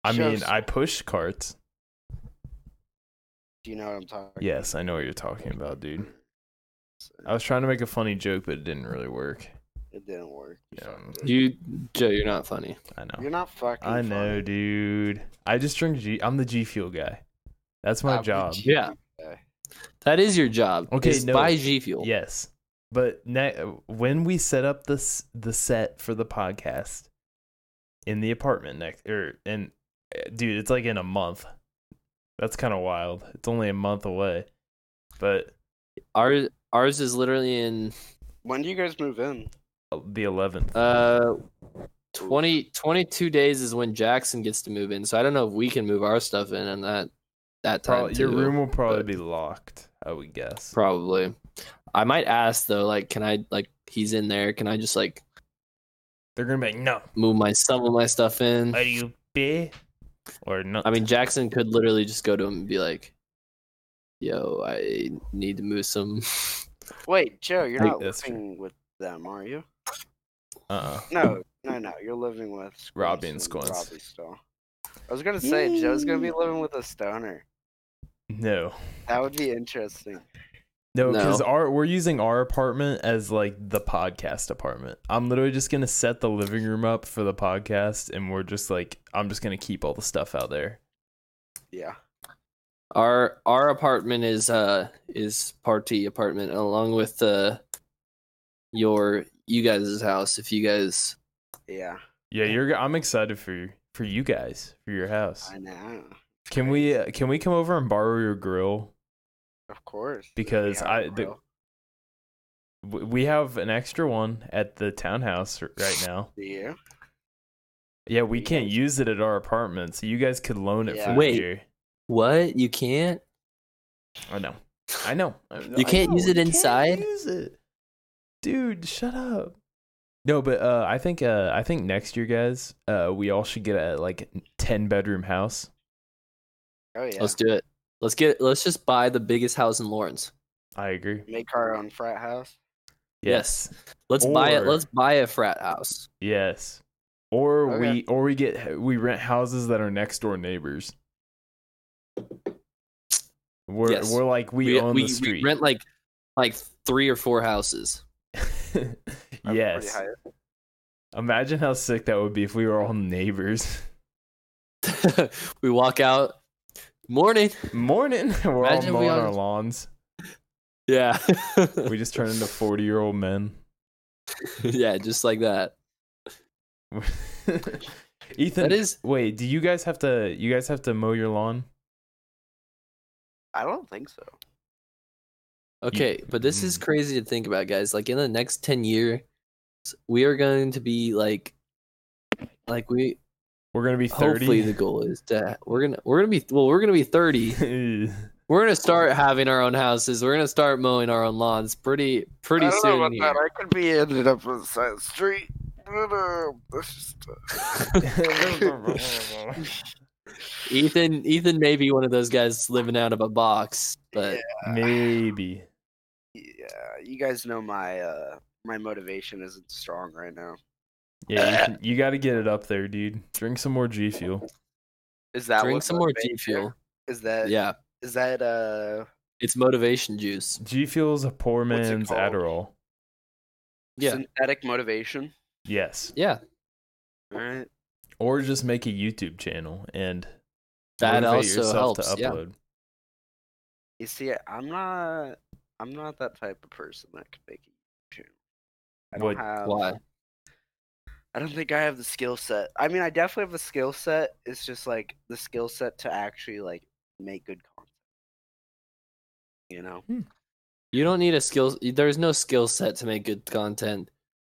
S1: I mean,
S3: Just-
S1: I pushed carts.
S3: do you know what I'm talking? about?
S1: Yes, I know what you're talking about, dude. I was trying to make a funny joke, but it didn't really work.
S3: It didn't work. You
S1: Oh, Yeah.
S3: fucked it.
S2: You Joe, you're not funny.
S1: I know.
S3: You're not fucking.
S1: I know,
S3: funny.
S1: dude. I just drink G. I'm the G fuel guy. That's my
S3: I'm the
S1: job.
S3: G-
S2: Yeah. That is your job.
S1: Okay,
S2: is
S1: no.
S2: buy G Fuel.
S1: Yes. But ne- when we set up the s- the set for the podcast in the apartment next or and eh, dude, it's like in a month. That's kind of wild. It's only a month away. But
S2: Ours ours is literally in
S3: When do you guys move in?
S1: the 11th.
S2: uh 20 22 days is when Jackson gets to move in. So I don't know if we can move our stuff in and that that time.
S1: Probably, your
S2: too.
S1: room will probably
S2: but-
S1: be locked, I would guess.
S2: probably. I might ask though like can I like he's in there, can I just like
S1: They're going to be like, "No.
S2: move my some of my stuff in?
S1: Are you be or not?"
S2: I mean, Jackson could literally just go to him and be like, "Yo, I need to move some."
S3: Wait, Joe, you're
S1: Like
S3: not
S1: this.
S3: living with them, are you?
S1: uh-uh.
S3: No, no, no. You're living with Squints
S1: Robbie and Squints.
S3: Robbie still. I was gonna say Joe's gonna be living with a stoner.
S1: No.
S3: That would be interesting.
S1: No,
S2: No.
S1: because our we're using our apartment as like the podcast apartment. I'm literally just gonna set the living room up for the podcast, and we're just like, I'm just gonna keep all the stuff out there.
S3: Yeah.
S2: Our our apartment is uh is party apartment along with uh your you guys' house. If you guys,
S3: Yeah.
S1: Yeah, you're. I'm excited for you, for you guys, for your house.
S3: I know.
S1: Can we uh, can we come over and borrow your grill
S3: Of course. if we
S1: because
S3: have
S1: I
S3: a
S1: the,
S3: grill.
S1: w- we have an extra one at the townhouse r- right now.
S3: Do you?
S1: Yeah, we
S3: Yeah.
S1: can't use it at our apartment, so you guys could loan it
S3: Yeah.
S1: for the
S2: Wait.
S1: year.
S2: what you can't?
S1: I know. I know. I-
S2: You
S1: I
S2: can't
S1: know,
S2: use it
S1: you can't
S2: inside?
S1: use it. Dude, shut up. No, but uh, I think uh, I think next year, guys, uh, we all should get a like ten bedroom house.
S3: Oh yeah.
S2: Let's do it. Let's get. Let's just buy the biggest house in Lawrence.
S1: I agree.
S3: Make our own frat house.
S1: Yes.
S2: Let's buy it.
S1: Or-
S2: Let's buy a frat house.
S1: Yes. Or
S3: Okay.
S1: we or we get we rent houses that are next door neighbors. We're
S2: Yes.
S1: we're like we, own
S2: we,
S1: the street.
S2: we rent like like three or four houses.
S3: I'm pretty
S1: yes.
S3: high up.
S1: Imagine how sick that would be if we were all neighbors.
S2: we walk out. Morning.
S1: Morning. We're
S2: Imagine
S1: all
S2: we
S1: mowing
S2: all-
S1: our lawns.
S2: Yeah.
S1: We just turn into 40 year old men.
S2: yeah, just like that.
S1: Ethan,
S2: That is
S1: wait, do you guys have to you guys have to mow your lawn?
S3: I don't think so.
S2: okay, but this is
S1: Mm.
S2: crazy to think about, guys. Like in the next 10 years, we are going to be like like we
S1: We're going to be
S2: hopefully
S1: 30.
S2: the goal is to we're going to we're going to be well, we're going to be 30. We're going to start having our own houses. We're going to start mowing our own lawns pretty pretty
S3: I don't
S2: soon.
S3: know about
S2: here.
S3: that. I could be ended up on the side of the street. No, no, That's just. uh,
S2: Ethan Ethan may be one of those guys living out of a box, but
S1: Maybe.
S3: Yeah, you guys know my uh my motivation isn't strong right now.
S1: Yeah, Ethan, you got to get it up there, dude. Drink some more G Fuel.
S3: Is that
S2: drink
S3: what
S2: some more G
S3: motivates you?
S2: fuel.
S3: Is that
S2: Yeah,
S3: Is that uh?
S2: it's motivation juice.
S1: G Fuel's a poor
S3: What's it
S1: man's
S3: called?
S1: Adderall.
S2: Yeah,
S3: Synthetic motivation.
S1: Yes.
S2: yeah.
S3: All right.
S1: Or just make a YouTube channel and
S2: That
S1: motivate
S2: also
S1: yourself
S2: helps.
S1: to
S2: Yeah,
S1: upload.
S3: You see, I'm not. I'm not that type of person that could make a YouTube channel. I don't
S1: What-
S3: have.
S2: why?
S3: I I don't think I have the skill set. I mean, I definitely have the skill set. It's just like the skill set to actually like make good content. You know?
S2: You don't need a skill. There's no skill set to make good content.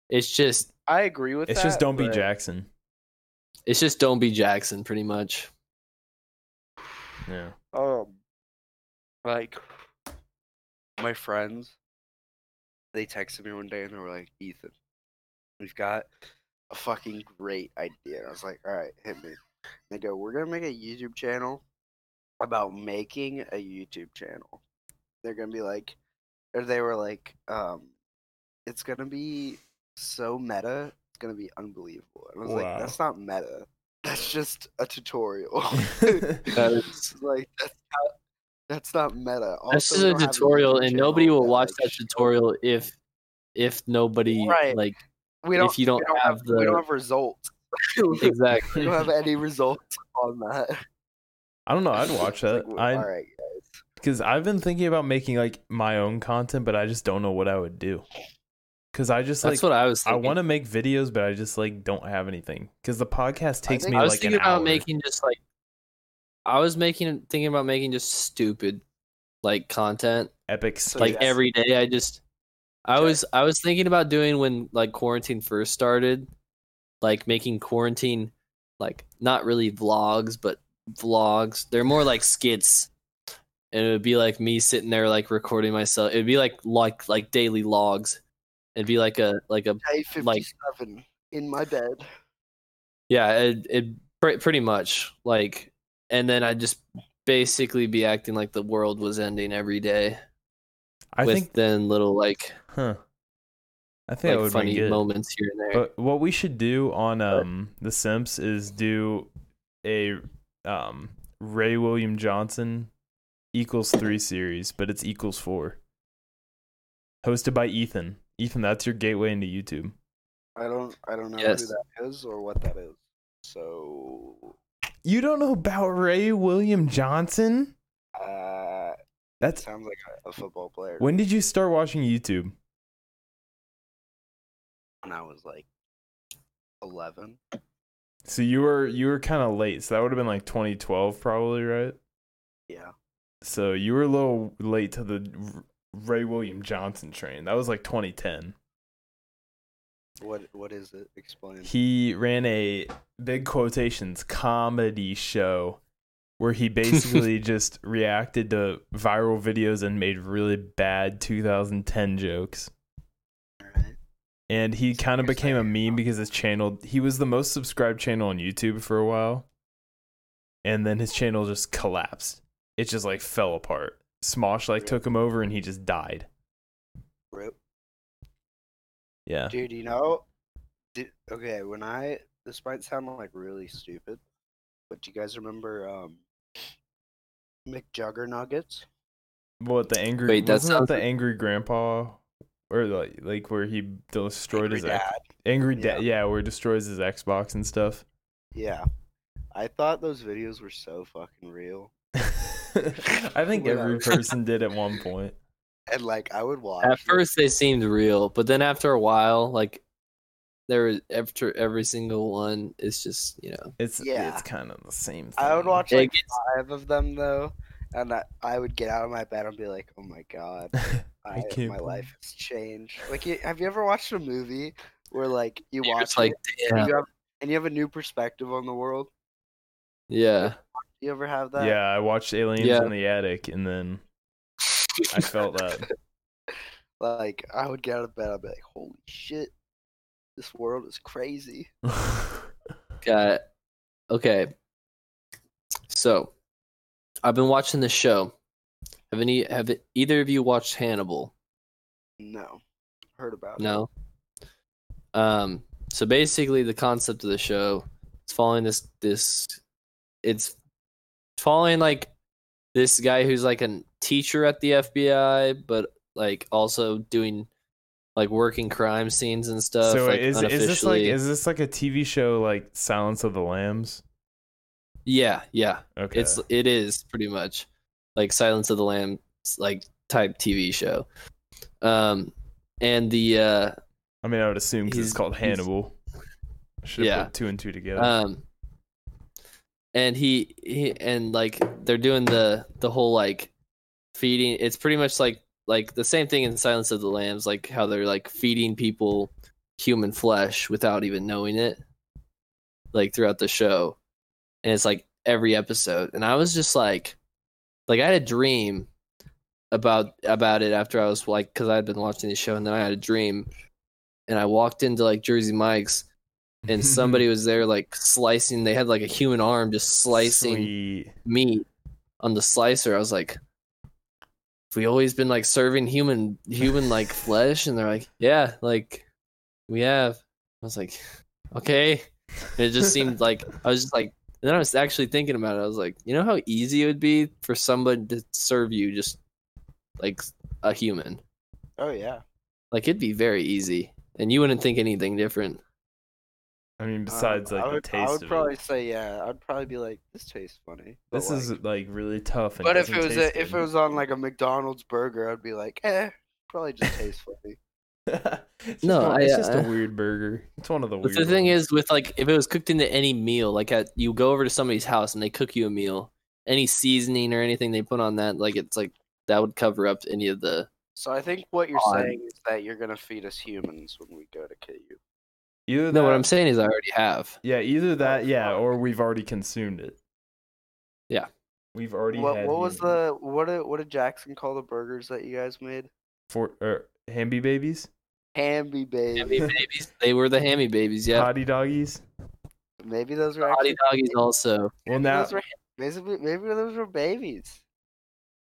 S2: It's just,
S3: I agree with
S1: It's
S3: that.
S1: just don't be
S3: but-
S1: Jackson.
S2: it's just don't be Jackson, pretty much.
S1: Yeah.
S3: um like my friends they texted me one day and they were like ethan we've got a fucking great idea and i was like all right hit me they go we're gonna make a youtube channel about making a youtube channel they're gonna be like or they were like um it's gonna be so meta it's gonna be unbelievable and i was
S1: Wow.
S3: like that's not meta that's just a tutorial
S2: That is,
S3: it's like that's not, that's not meta.
S2: this
S3: Also,
S2: is
S3: we
S2: a
S3: don't have
S2: tutorial,
S3: YouTube
S2: and nobody
S3: channel
S2: will watch that
S3: like,
S2: tutorial if, if nobody
S3: Right.
S2: like
S3: We don't,
S2: if you don't,
S3: we don't
S2: have,
S3: have,
S2: the
S3: we don't have results.
S2: exactly.
S3: we don't have any results on that.
S1: I don't know. Oh, I'd watch that.
S3: Like,
S1: I
S3: all right,
S1: because I've been thinking about making like my own content, but I just don't know what I would do. Because I just like
S2: That's what I was.
S1: I
S2: Thinking.
S1: want to make videos, but I just like don't have anything. Because the podcast takes
S3: think-
S1: me
S2: I was
S1: like an
S2: thinking about
S1: hour.
S2: making just like I was making thinking about making just stupid like content.
S1: epic.
S3: So,
S2: like
S1: skits.
S3: yeah.
S2: every day I just I
S3: Okay.
S2: was I was thinking about doing when like quarantine first started, like making quarantine like not really vlogs, but vlogs. They're more like skits. And it would be like me sitting there like recording myself. It'd be like like like daily logs. It'd be like a like a
S3: day
S2: like-
S3: fifty-seven in my bed.
S2: Yeah, it, it pre- pretty much like, and then I'd just basically be acting like the world was ending every day
S1: I
S2: with
S1: think,
S2: then little like
S1: huh? I think that
S2: like
S1: would be
S2: funny
S1: good.
S2: moments here and there.
S1: But what we should do on um the Simps is do a um Ray William Johnson equals three series, but it's equals four. Hosted by Ethan. Ethan, that's your gateway into YouTube.
S3: I don't, I don't know
S2: Yes.
S3: who that is or what that is. So,
S1: You don't know about Ray William Johnson?
S3: uh, it
S1: That's
S3: sounds like a, a football player.
S1: when did you start watching YouTube?
S3: When I was like eleven,
S1: So you were you were kind of late. So that would have been like 2012 probably, right?
S3: yeah,
S1: So you were a little late to the R- Ray William Johnson train. That was like 2010.
S3: what, what is it? Explain.
S1: he ran a big quotations comedy show where he basically just reacted to viral videos and made really bad 2010 jokes
S3: All right.
S1: and he
S3: So
S1: kind of
S3: you're
S1: became a
S3: saying-
S1: meme because his channel he was the most subscribed channel on youtube for a while and then his channel just collapsed it just like fell apart smosh like
S3: Rip.
S1: took him over and he just died
S3: Rip.
S1: yeah
S3: Dude, you know, did, okay, when I this might sound like really stupid, but do you guys remember um McJugger Nuggets?
S1: what the angry
S2: Wait, that
S1: wasn't that
S2: sounds-
S1: the angry grandpa or like like where he destroyed
S3: Angry
S1: his ex-
S3: Dad.
S1: Angry
S3: Yeah.
S1: Dad, yeah, where it destroys his Xbox and stuff.
S3: Yeah. I thought those videos were so fucking real.
S1: I think every
S3: Whatever.
S1: person did at one point.
S3: And like I would watch
S2: At
S3: them.
S2: first they seemed real, but then after a while, like there was after every single one, it's just you know
S1: It's
S3: Yeah.
S1: it's kind of the same. Thing.
S3: I would watch
S2: it
S3: like
S2: gets
S3: five of them though, and I, I would get out of my bed and be like, "Oh my god, I,
S1: can't
S3: my
S1: believe-
S3: life has changed." Like, you, have you ever watched a movie where like you
S2: you're
S3: watch
S2: just like
S3: it
S2: damn,
S3: and you, have, and you have a new perspective on the world?
S2: yeah.
S3: You ever have that?
S1: Yeah, I watched Aliens
S2: Yeah.
S1: in the Attic, and then I felt that.
S3: Like I would get out of bed, I'd be like, "Holy shit, this world is crazy."
S2: Got it. Okay. So, I've been watching this show. Have any? Have either of you watched Hannibal?
S3: No, heard about it.
S2: No. Um. So basically, the concept of the show is following this. This. It's following like this guy who's like a teacher at the FBI, but like also doing like working crime scenes and stuff.
S1: so
S2: like,
S1: is is this like
S2: unofficially.
S1: is this like a TV show like Silence of the Lambs?
S2: yeah, yeah.
S1: Okay,
S2: It's it is pretty much like Silence of the Lambs like type TV show. Um uh, and the uh
S1: I mean I would assume 'cause it's
S2: he's-
S1: called
S2: he's-
S1: Hannibal. Should have
S2: Yeah.
S1: put two and two together.
S2: Um, and he, he and like they're doing the the whole like feeding. It's pretty much like like the same thing in Silence of the Lambs, like how they're like feeding people human flesh without even knowing it, like throughout the show, and it's like every episode. And I was just like, like I had a dream about about it after I was like because I had been watching the show, and then I had a dream, and I walked into like Jersey Mike's and somebody was there like slicing they had like a human arm just slicing
S1: Sweet.
S2: meat on the slicer i was like have we always been like serving human human like flesh and they're like yeah like we have i was like okay and it just seemed like i was just like and then i was actually thinking about it i was like you know how easy it would be for somebody to serve you just like a human
S3: Oh yeah.
S2: like it'd be very easy and you wouldn't think anything different
S1: I mean, besides
S3: Um,
S1: like
S3: I would,
S1: the
S3: I
S1: taste
S3: would
S1: of
S3: probably
S1: it.
S3: say yeah. I'd probably be like, this tastes funny. but,
S1: This is
S3: like-
S1: like really tough. And
S3: But if
S1: doesn't
S3: it was
S1: taste
S3: a, if it
S1: good.
S3: was on like a McDonald's burger, I'd be like, eh, probably just tastes funny.
S1: It's just
S2: No,
S1: one-
S2: I,
S1: it's just a
S2: uh,
S1: weird burger. It's one of the
S2: But
S1: weird.
S2: the thing
S1: ones.
S2: is, with like, if it was cooked into any meal, like at, you go over to somebody's house and they cook you a meal, any seasoning or anything they put on that, like it's like that would cover up any of the.
S3: So I think what you're
S2: Odd.
S3: saying is that you're gonna feed us humans when we go to KU.
S1: either
S2: No,
S1: that,
S2: what I'm saying is I already have.
S1: yeah, either that, yeah,
S3: fuck.
S1: or we've already consumed it.
S2: Yeah.
S1: we've already.
S3: What
S1: had
S3: what was
S1: human-
S3: the what did what did Jackson call the burgers that you guys made?
S1: for er, hamby babies,
S3: Hamby
S2: Hammy
S3: baby.
S2: babies, they were the hammy babies. Yeah,
S1: hottie doggies?
S3: Maybe those were
S2: hottie
S3: actually,
S2: doggies also.
S1: Well,
S3: maybe
S1: now
S3: those were basically maybe those were babies.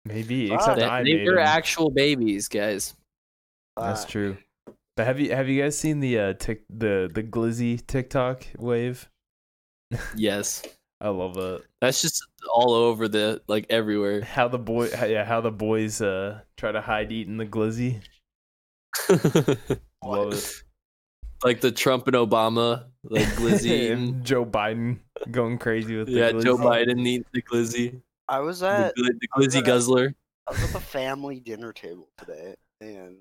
S1: maybe
S3: Fuck.
S1: except
S2: They,
S1: I
S2: they
S1: made
S2: were
S1: them.
S2: actual babies, guys.
S1: That's
S3: Fuck.
S1: true. But have you have you guys seen the uh tick the the glizzy TikTok wave?
S2: Yes,
S1: I love that.
S2: that's just all over the like everywhere.
S1: How the boy how, yeah, how the boys uh try to hide eating the glizzy. Love it.
S2: like the Trump and Obama, like glizzy.
S1: And
S2: and-
S1: Joe Biden going crazy with the
S2: yeah,
S1: glizzy.
S2: Joe Biden eats the glizzy.
S3: I was
S2: The,
S3: at
S2: gl- the
S3: I'm
S2: glizzy
S3: gonna-
S2: guzzler.
S3: I was at the family dinner table today, and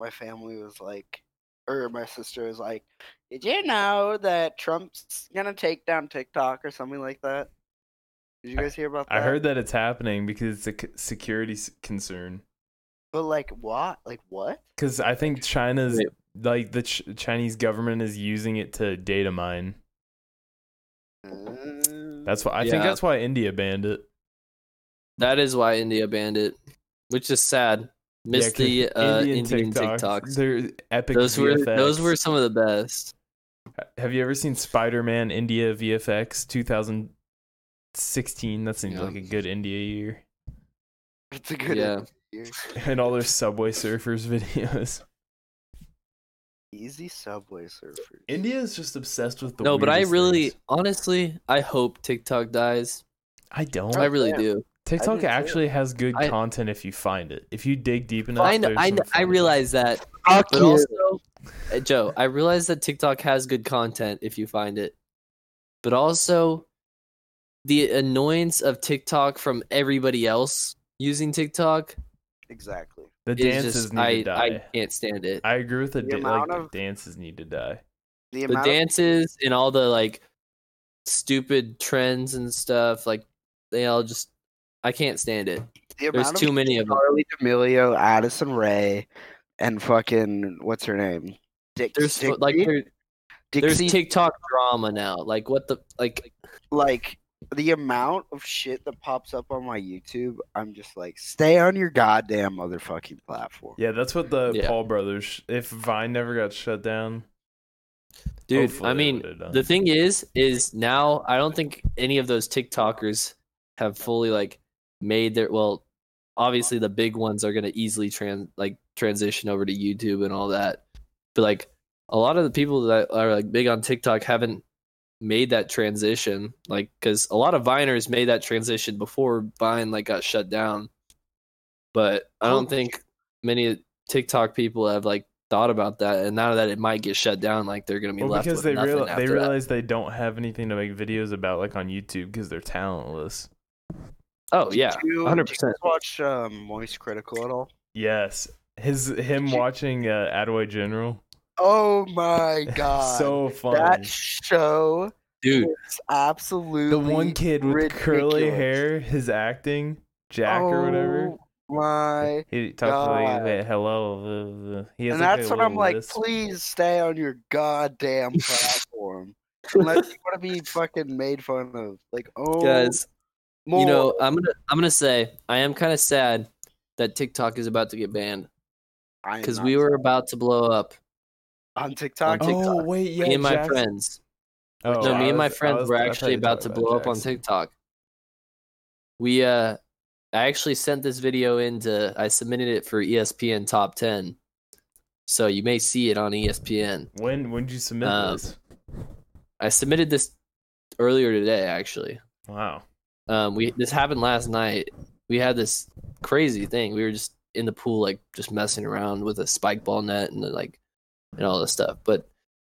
S3: my family was like, or my sister was like, "Did you know that Trump's gonna take down TikTok or something like that?" Did you guys hear about that?
S1: I heard that it's happening because it's a c- security s- concern.
S3: But like, what? Like what?
S1: Because I think China's
S2: Wait.
S1: like the ch- Chinese government is using it to data mine.
S3: Uh,
S1: That's why I think
S2: Yeah.
S1: that's why India banned it.
S2: That is why India banned it, which is sad. Missed
S1: Yeah, 'cause
S2: the uh, Indian TikToks.
S1: They're epic.
S2: Those were
S1: VFX.
S2: those were some of the best.
S1: Have you ever seen Spider Man India VFX 2016? That seems
S2: Yeah.
S1: like a good India year.
S3: it's a good
S2: Yeah.
S3: idea.
S1: And all their Subway Surfers videos.
S3: Easy Subway Surfers.
S1: India is just obsessed with the.
S2: no, but I
S1: weirdest
S2: really,
S1: things.
S2: honestly, I hope TikTok dies.
S1: I don't.
S2: I really
S3: yeah.
S2: do.
S1: TikTok
S3: too.
S1: actually has good
S2: I-
S1: content if you find it. If you dig deep enough,
S2: I know,
S1: there's
S2: I,
S1: some
S2: kn- I
S1: fun-
S2: realize that, but also, uh, Joe, I realize that TikTok has good content if you find it, but also, the annoyance of TikTok from everybody else using TikTok
S3: Exactly.
S1: the
S2: is
S1: dances
S2: just
S1: need
S2: I
S1: to
S2: I
S1: die.
S2: can't stand it.
S1: I, agree with the,
S3: The
S1: da- like
S3: amount
S1: the
S3: of-
S1: dances need to die.
S3: The
S2: the
S3: amount of-
S2: dances and all the like stupid trends and stuff like they all just i can't stand it
S3: the
S2: there's
S3: amount of
S2: too many of them
S3: Charlie D'Amelio, Addison Ray, and fucking what's her name? Dick,
S2: there's
S3: Dixie,
S2: like there, there's
S3: Dixie,
S2: tiktok drama now like what the like
S3: like the amount of shit that pops up on my YouTube. I'm just like, stay on your goddamn motherfucking platform.
S1: Yeah, that's what the
S2: Yeah.
S1: Paul brothers. If Vine never got shut down,
S2: dude
S1: hopefully
S2: i
S1: they
S2: mean
S1: would've done
S2: the
S1: it.
S2: thing is is now i don't think any of those tiktokers have fully like made their well obviously the big ones are going to easily trans like transition over to youtube and all that but like a lot of the people that are like big on tiktok haven't made that transition like because a lot of viners made that transition before vine like got shut down but i
S1: Oh.
S2: don't think many tiktok people have like thought about that and now that it might get shut down like they're gonna be
S1: Well,
S2: left
S1: because
S2: with
S1: they
S2: nothing
S1: real-
S2: after
S1: they
S2: that.
S1: realize they don't have anything to make videos about, like on YouTube, because they're talentless.
S2: Oh yeah,
S3: Did you-
S2: hundred
S3: did you
S2: percent.
S3: Watch um, Moist Critical at all?
S1: Yes, his him
S3: Did you-
S1: watching uh, Adway General.
S3: Oh my god.
S1: so funny.
S3: that show
S2: dude.
S3: is absolutely
S1: the one kid with curly
S3: ridiculous.
S1: hair, his acting, Jack or whatever.
S3: Oh My
S1: He talks like
S3: God.
S1: that. Hello. uh, uh," He has
S3: and
S1: like
S3: that's
S1: a
S3: when I'm
S1: little
S3: like,
S1: lisp.
S3: please stay on your goddamn platform. Unless you want to be fucking made fun of. Like, oh,
S2: Guys,
S3: more.
S2: you know, I'm gonna I'm gonna say I am kind of sad that TikTok is about to get banned
S3: I am
S2: because
S3: not
S2: we were about to blow up.
S3: on TikTok.
S2: on TikTok.
S1: Oh wait, yeah.
S2: me and my
S1: Jackson-
S2: friends,
S1: Oh,
S2: no,
S1: I
S2: me and my
S1: was- I
S2: friends
S1: was-
S2: were
S1: I thought
S2: actually
S1: you were
S2: about to
S1: talking
S2: blow up on
S1: Jackson.
S2: TikTok. We uh, I actually sent this video into I submitted it for E ESPN Top Ten, so you may see it on E ESPN.
S1: When when did you submit
S2: Um,
S1: this?
S2: I submitted this earlier today, actually.
S1: Wow.
S2: Um, we this happened last night. We had this crazy thing. We were just in the pool, like just messing around with a spike ball net and then, like and all this stuff. But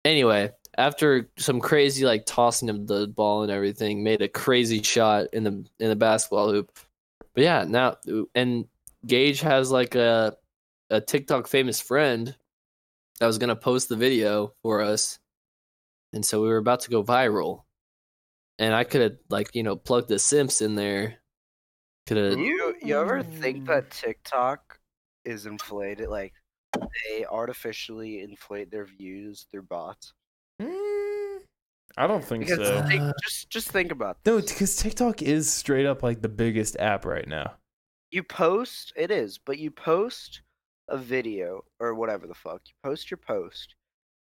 S2: anyway, after some crazy like tossing of the ball and everything, made a crazy shot in the in the basketball hoop. But yeah, now and Gage has like a a TikTok famous friend that was gonna post the video for us, and so we were about to go viral. And I could have like you know plugged the Simps in there. Could have
S3: You, you ever think
S1: Ooh.
S3: that TikTok is inflated? Like, they artificially inflate their views through bots?
S1: Mm, I don't think
S3: Because
S1: so.
S3: think,
S2: Uh,
S3: just just think about
S1: No,
S3: this.
S1: because TikTok is straight up like the biggest app right now.
S3: you post it is but you post a video or whatever the fuck you post your post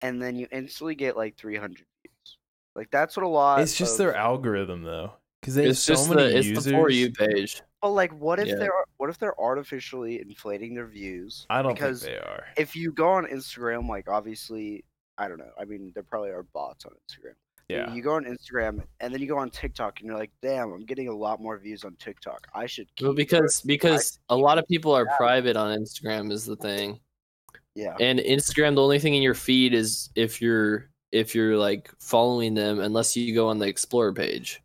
S3: and then you instantly get like 300 views like that's what a lot
S1: It's just
S3: of-
S1: their algorithm though, because they
S2: it's
S1: have
S2: just
S1: so many
S2: the, it's
S1: users.
S2: the for you page.
S3: but like what if
S2: Yeah.
S3: they're what if they're artificially inflating their views
S1: I don't
S3: because
S1: think they are.
S3: if you go on instagram like obviously i don't know i mean there probably are bots on instagram You-
S1: Yeah.
S3: you go on instagram and then you go on tiktok and you're like damn i'm getting a lot more views on tiktok i should keep
S2: Well, because because a lot of people are private on Instagram is the thing,
S3: yeah
S2: and Instagram the only thing in your feed is if you're if you're like following them, unless you go on the Explorer page.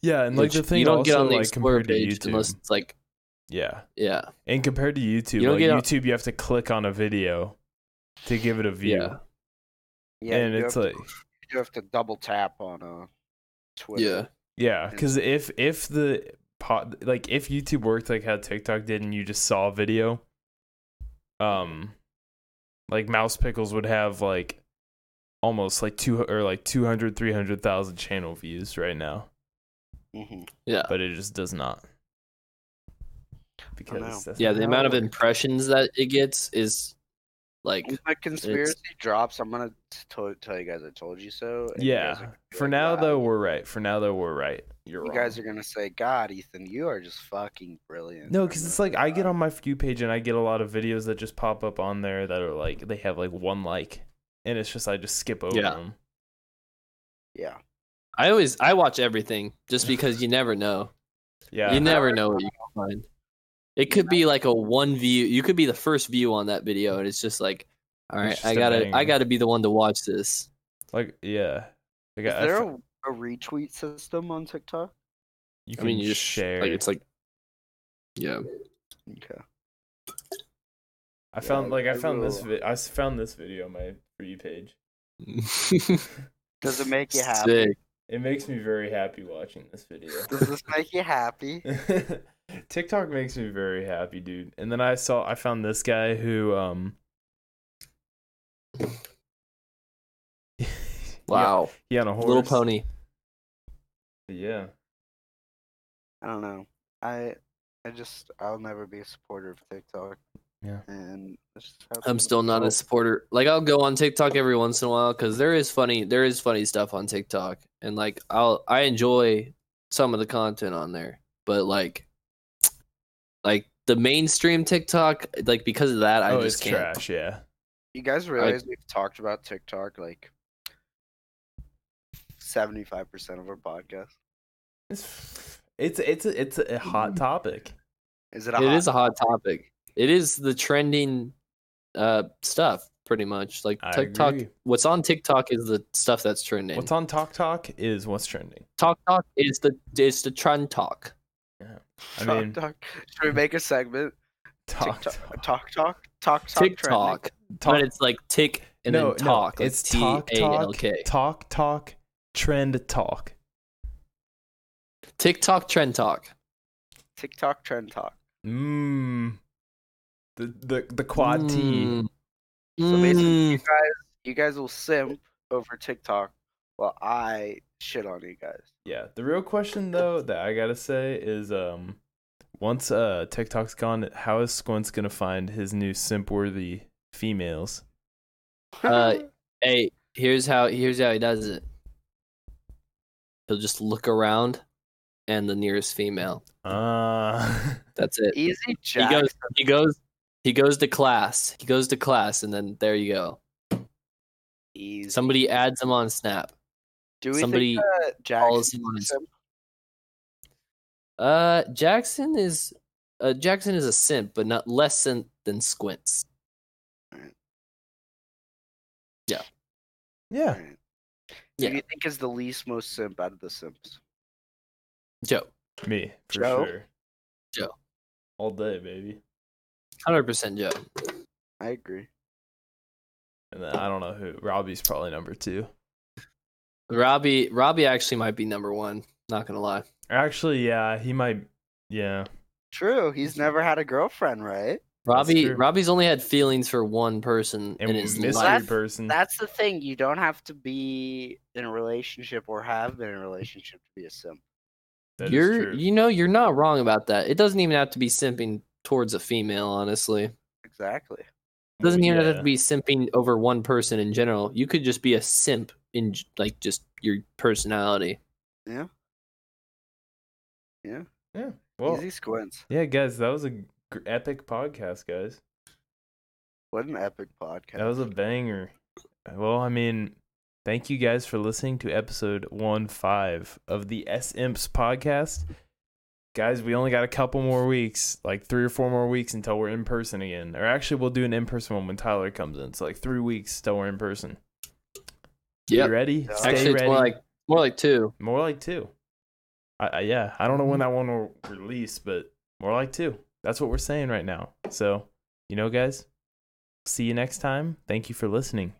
S1: Yeah, and like
S2: which
S1: the thing
S2: you don't
S1: also
S2: get on the
S1: like
S2: Explorer
S1: compared to
S2: page
S1: YouTube.
S2: unless it's like
S1: Yeah.
S2: yeah
S1: And compared to YouTube,
S2: You don't
S1: like
S2: get on-
S1: YouTube, you have to click on a video to give it a view,
S2: Yeah.
S3: yeah
S1: and
S3: you
S1: it's
S3: have to-
S1: like
S3: you have to double tap on uh twitter
S2: yeah.
S1: yeah,
S3: and-
S1: because if if the pod like if YouTube worked like how TikTok did, and you just saw a video, um, like Mouse Pickles would have like almost like two or like 200 300,000 channel views right now,
S3: hmm
S1: but it just does not. Because
S3: know.
S1: that's
S2: Yeah,
S1: not
S2: the
S1: how
S2: amount
S1: it
S2: of
S1: works.
S2: impressions that it gets is like
S3: When my conspiracy drops, I'm gonna t- tell you guys I told you so. and you guys
S1: Yeah.
S3: are gonna be
S1: For
S3: like,
S1: now
S3: "Wow."
S1: though, we're right. For now though, we're right. You're
S3: you
S1: wrong.
S3: guys are gonna say, "God, Ethan, you are just fucking brilliant."
S1: No,
S3: I'm
S1: because
S3: gonna
S1: it's like
S3: say,
S1: I get
S3: "God."
S1: on my For You page and I get a lot of videos that just pop up on there that are like they have like one like, and it's just I just skip over
S2: Yeah.
S1: them.
S3: Yeah,
S2: I always I watch everything just because you never know.
S1: Yeah,
S2: You never know what you can find. It could be like a one view. You could be the first view on that video, and it's just like, all
S1: It's
S2: right,
S1: just
S2: I
S1: a
S2: gotta,
S1: banger.
S2: I gotta be the one to watch this.
S1: like yeah. Like,
S3: is
S1: I- I
S3: there
S1: fi-
S3: a, a retweet system on TikTok?
S1: you
S2: I
S1: can
S2: mean, you just
S1: share.
S2: Like it's like, yeah,
S3: Okay,
S1: I found
S3: Yeah,
S1: like I
S3: I
S1: found this.
S3: will-
S1: Vi- I s- found this video on my For You page.
S3: does it make you happy?
S2: sick.
S1: It makes me very happy watching this video.
S3: Does this make you happy?
S1: TikTok makes me very happy, dude. And then I saw I found this guy who um
S2: Wow,
S1: he on a horse.
S2: Little Pony.
S1: Yeah.
S3: I don't know. I, I just, I'll never be a supporter of TikTok.
S1: Yeah.
S3: And it's just how
S2: I'm
S3: things
S2: still not
S3: go.
S1: Oh.
S2: a supporter. Like I'll go on TikTok every once in a while because there is funny, there is funny stuff on TikTok, and like I'll, I enjoy some of the content on there, but like, like the mainstream TikTok, like because of that, I
S1: oh,
S2: just
S1: it's
S2: can't.
S1: trash. Yeah.
S3: You guys realize we've talked about TikTok like seventy-five percent of our podcast.
S1: It's it's it's a, it's a
S2: Mm.
S1: hot topic.
S3: Is it a?
S2: It
S3: hot
S2: is a hot topic. It is the trending uh stuff pretty much. Like
S1: I
S2: TikTok
S1: agree.
S2: what's on TikTok is the stuff that's trending.
S1: What's on Talk Talk is what's trending.
S2: Talk Talk is the is the trend talk.
S1: I
S3: Talk
S1: mean-
S3: Talk? Should we make a segment?
S1: Talk
S3: Talk
S1: Talk.
S3: Talk Talk Talk Talk. trending?
S2: TikTok. But it's like tick and
S1: no,
S2: then talk.
S1: No,
S2: like
S1: it's talk, talk,
S2: T-A-L-K.
S1: talk, talk, trend, talk.
S2: TikTok trend talk.
S3: TikTok trend talk.
S1: Mmm. The the the quad T.
S2: Mm.
S3: So basically,
S2: Mm.
S3: you guys, you guys will simp over TikTok while I shit on you guys.
S1: Yeah. The real question though that I gotta say is um once uh TikTok's gone, how is Squints gonna find his new simp worthy females?
S2: Uh, hey, here's how here's how he does it. He'll just look around, and the nearest female.
S1: Uh
S2: That's it.
S3: Easy
S2: He
S3: Jack.
S2: goes. He goes. He goes to class. He goes to class, and then there you go.
S3: Easy.
S2: Somebody adds him on Snap.
S3: Do we
S2: somebody
S3: think that Jack
S2: follows him on his- Uh, Jackson is uh Jackson is a simp, but not less than than Squints.
S1: yeah.
S3: Who
S2: Yeah.
S3: do you think is the least most simp out of the simps?
S2: Joe,
S1: Me, for
S3: Joe?
S1: sure.
S2: Joe.
S1: All day, baby.
S2: hundred percent Joe.
S3: I agree.
S1: And then I don't know who. Robbie's probably number two.
S2: Robbie Robbie actually might be number one. Not gonna lie.
S1: Actually, yeah, he might yeah.
S3: True. He's never had a girlfriend, right?
S2: Mm-hmm. Robbie
S1: true.
S2: Robbie's only had feelings for one person
S1: And
S2: in his
S1: mystery
S2: life.
S1: person.
S3: That's the thing. You don't have to be in a relationship or have been in a relationship to be a simp.
S1: That is
S2: you're
S1: true.
S2: you know you're not wrong about that. It doesn't even have to be simping towards a female, honestly. It
S3: Exactly.
S2: doesn't even have
S1: Yeah.
S2: to be simping over one person in general. You could just be a simp in j- like just your personality.
S1: Yeah. Well,
S3: Easy squints.
S1: yeah, guys, that was a gr- epic podcast, guys.
S3: What an epic podcast.
S1: That was a banger. Well, I mean, thank you guys for listening to episode one five of the S Imps podcast. Guys, we only got a couple more weeks, like three or four more weeks until we're in person again. Or actually, we'll do an in person one when Tyler comes in. So, like three weeks till we're in person.
S2: Yep.
S1: You ready?
S3: Yeah.
S1: Stay
S2: Actually, it's
S1: ready.
S2: more like more like two.
S1: More like two. I, I, yeah, I don't know when that one will release, but more like two. That's what we're saying right now. So, you know, guys, see you next time. Thank you for listening.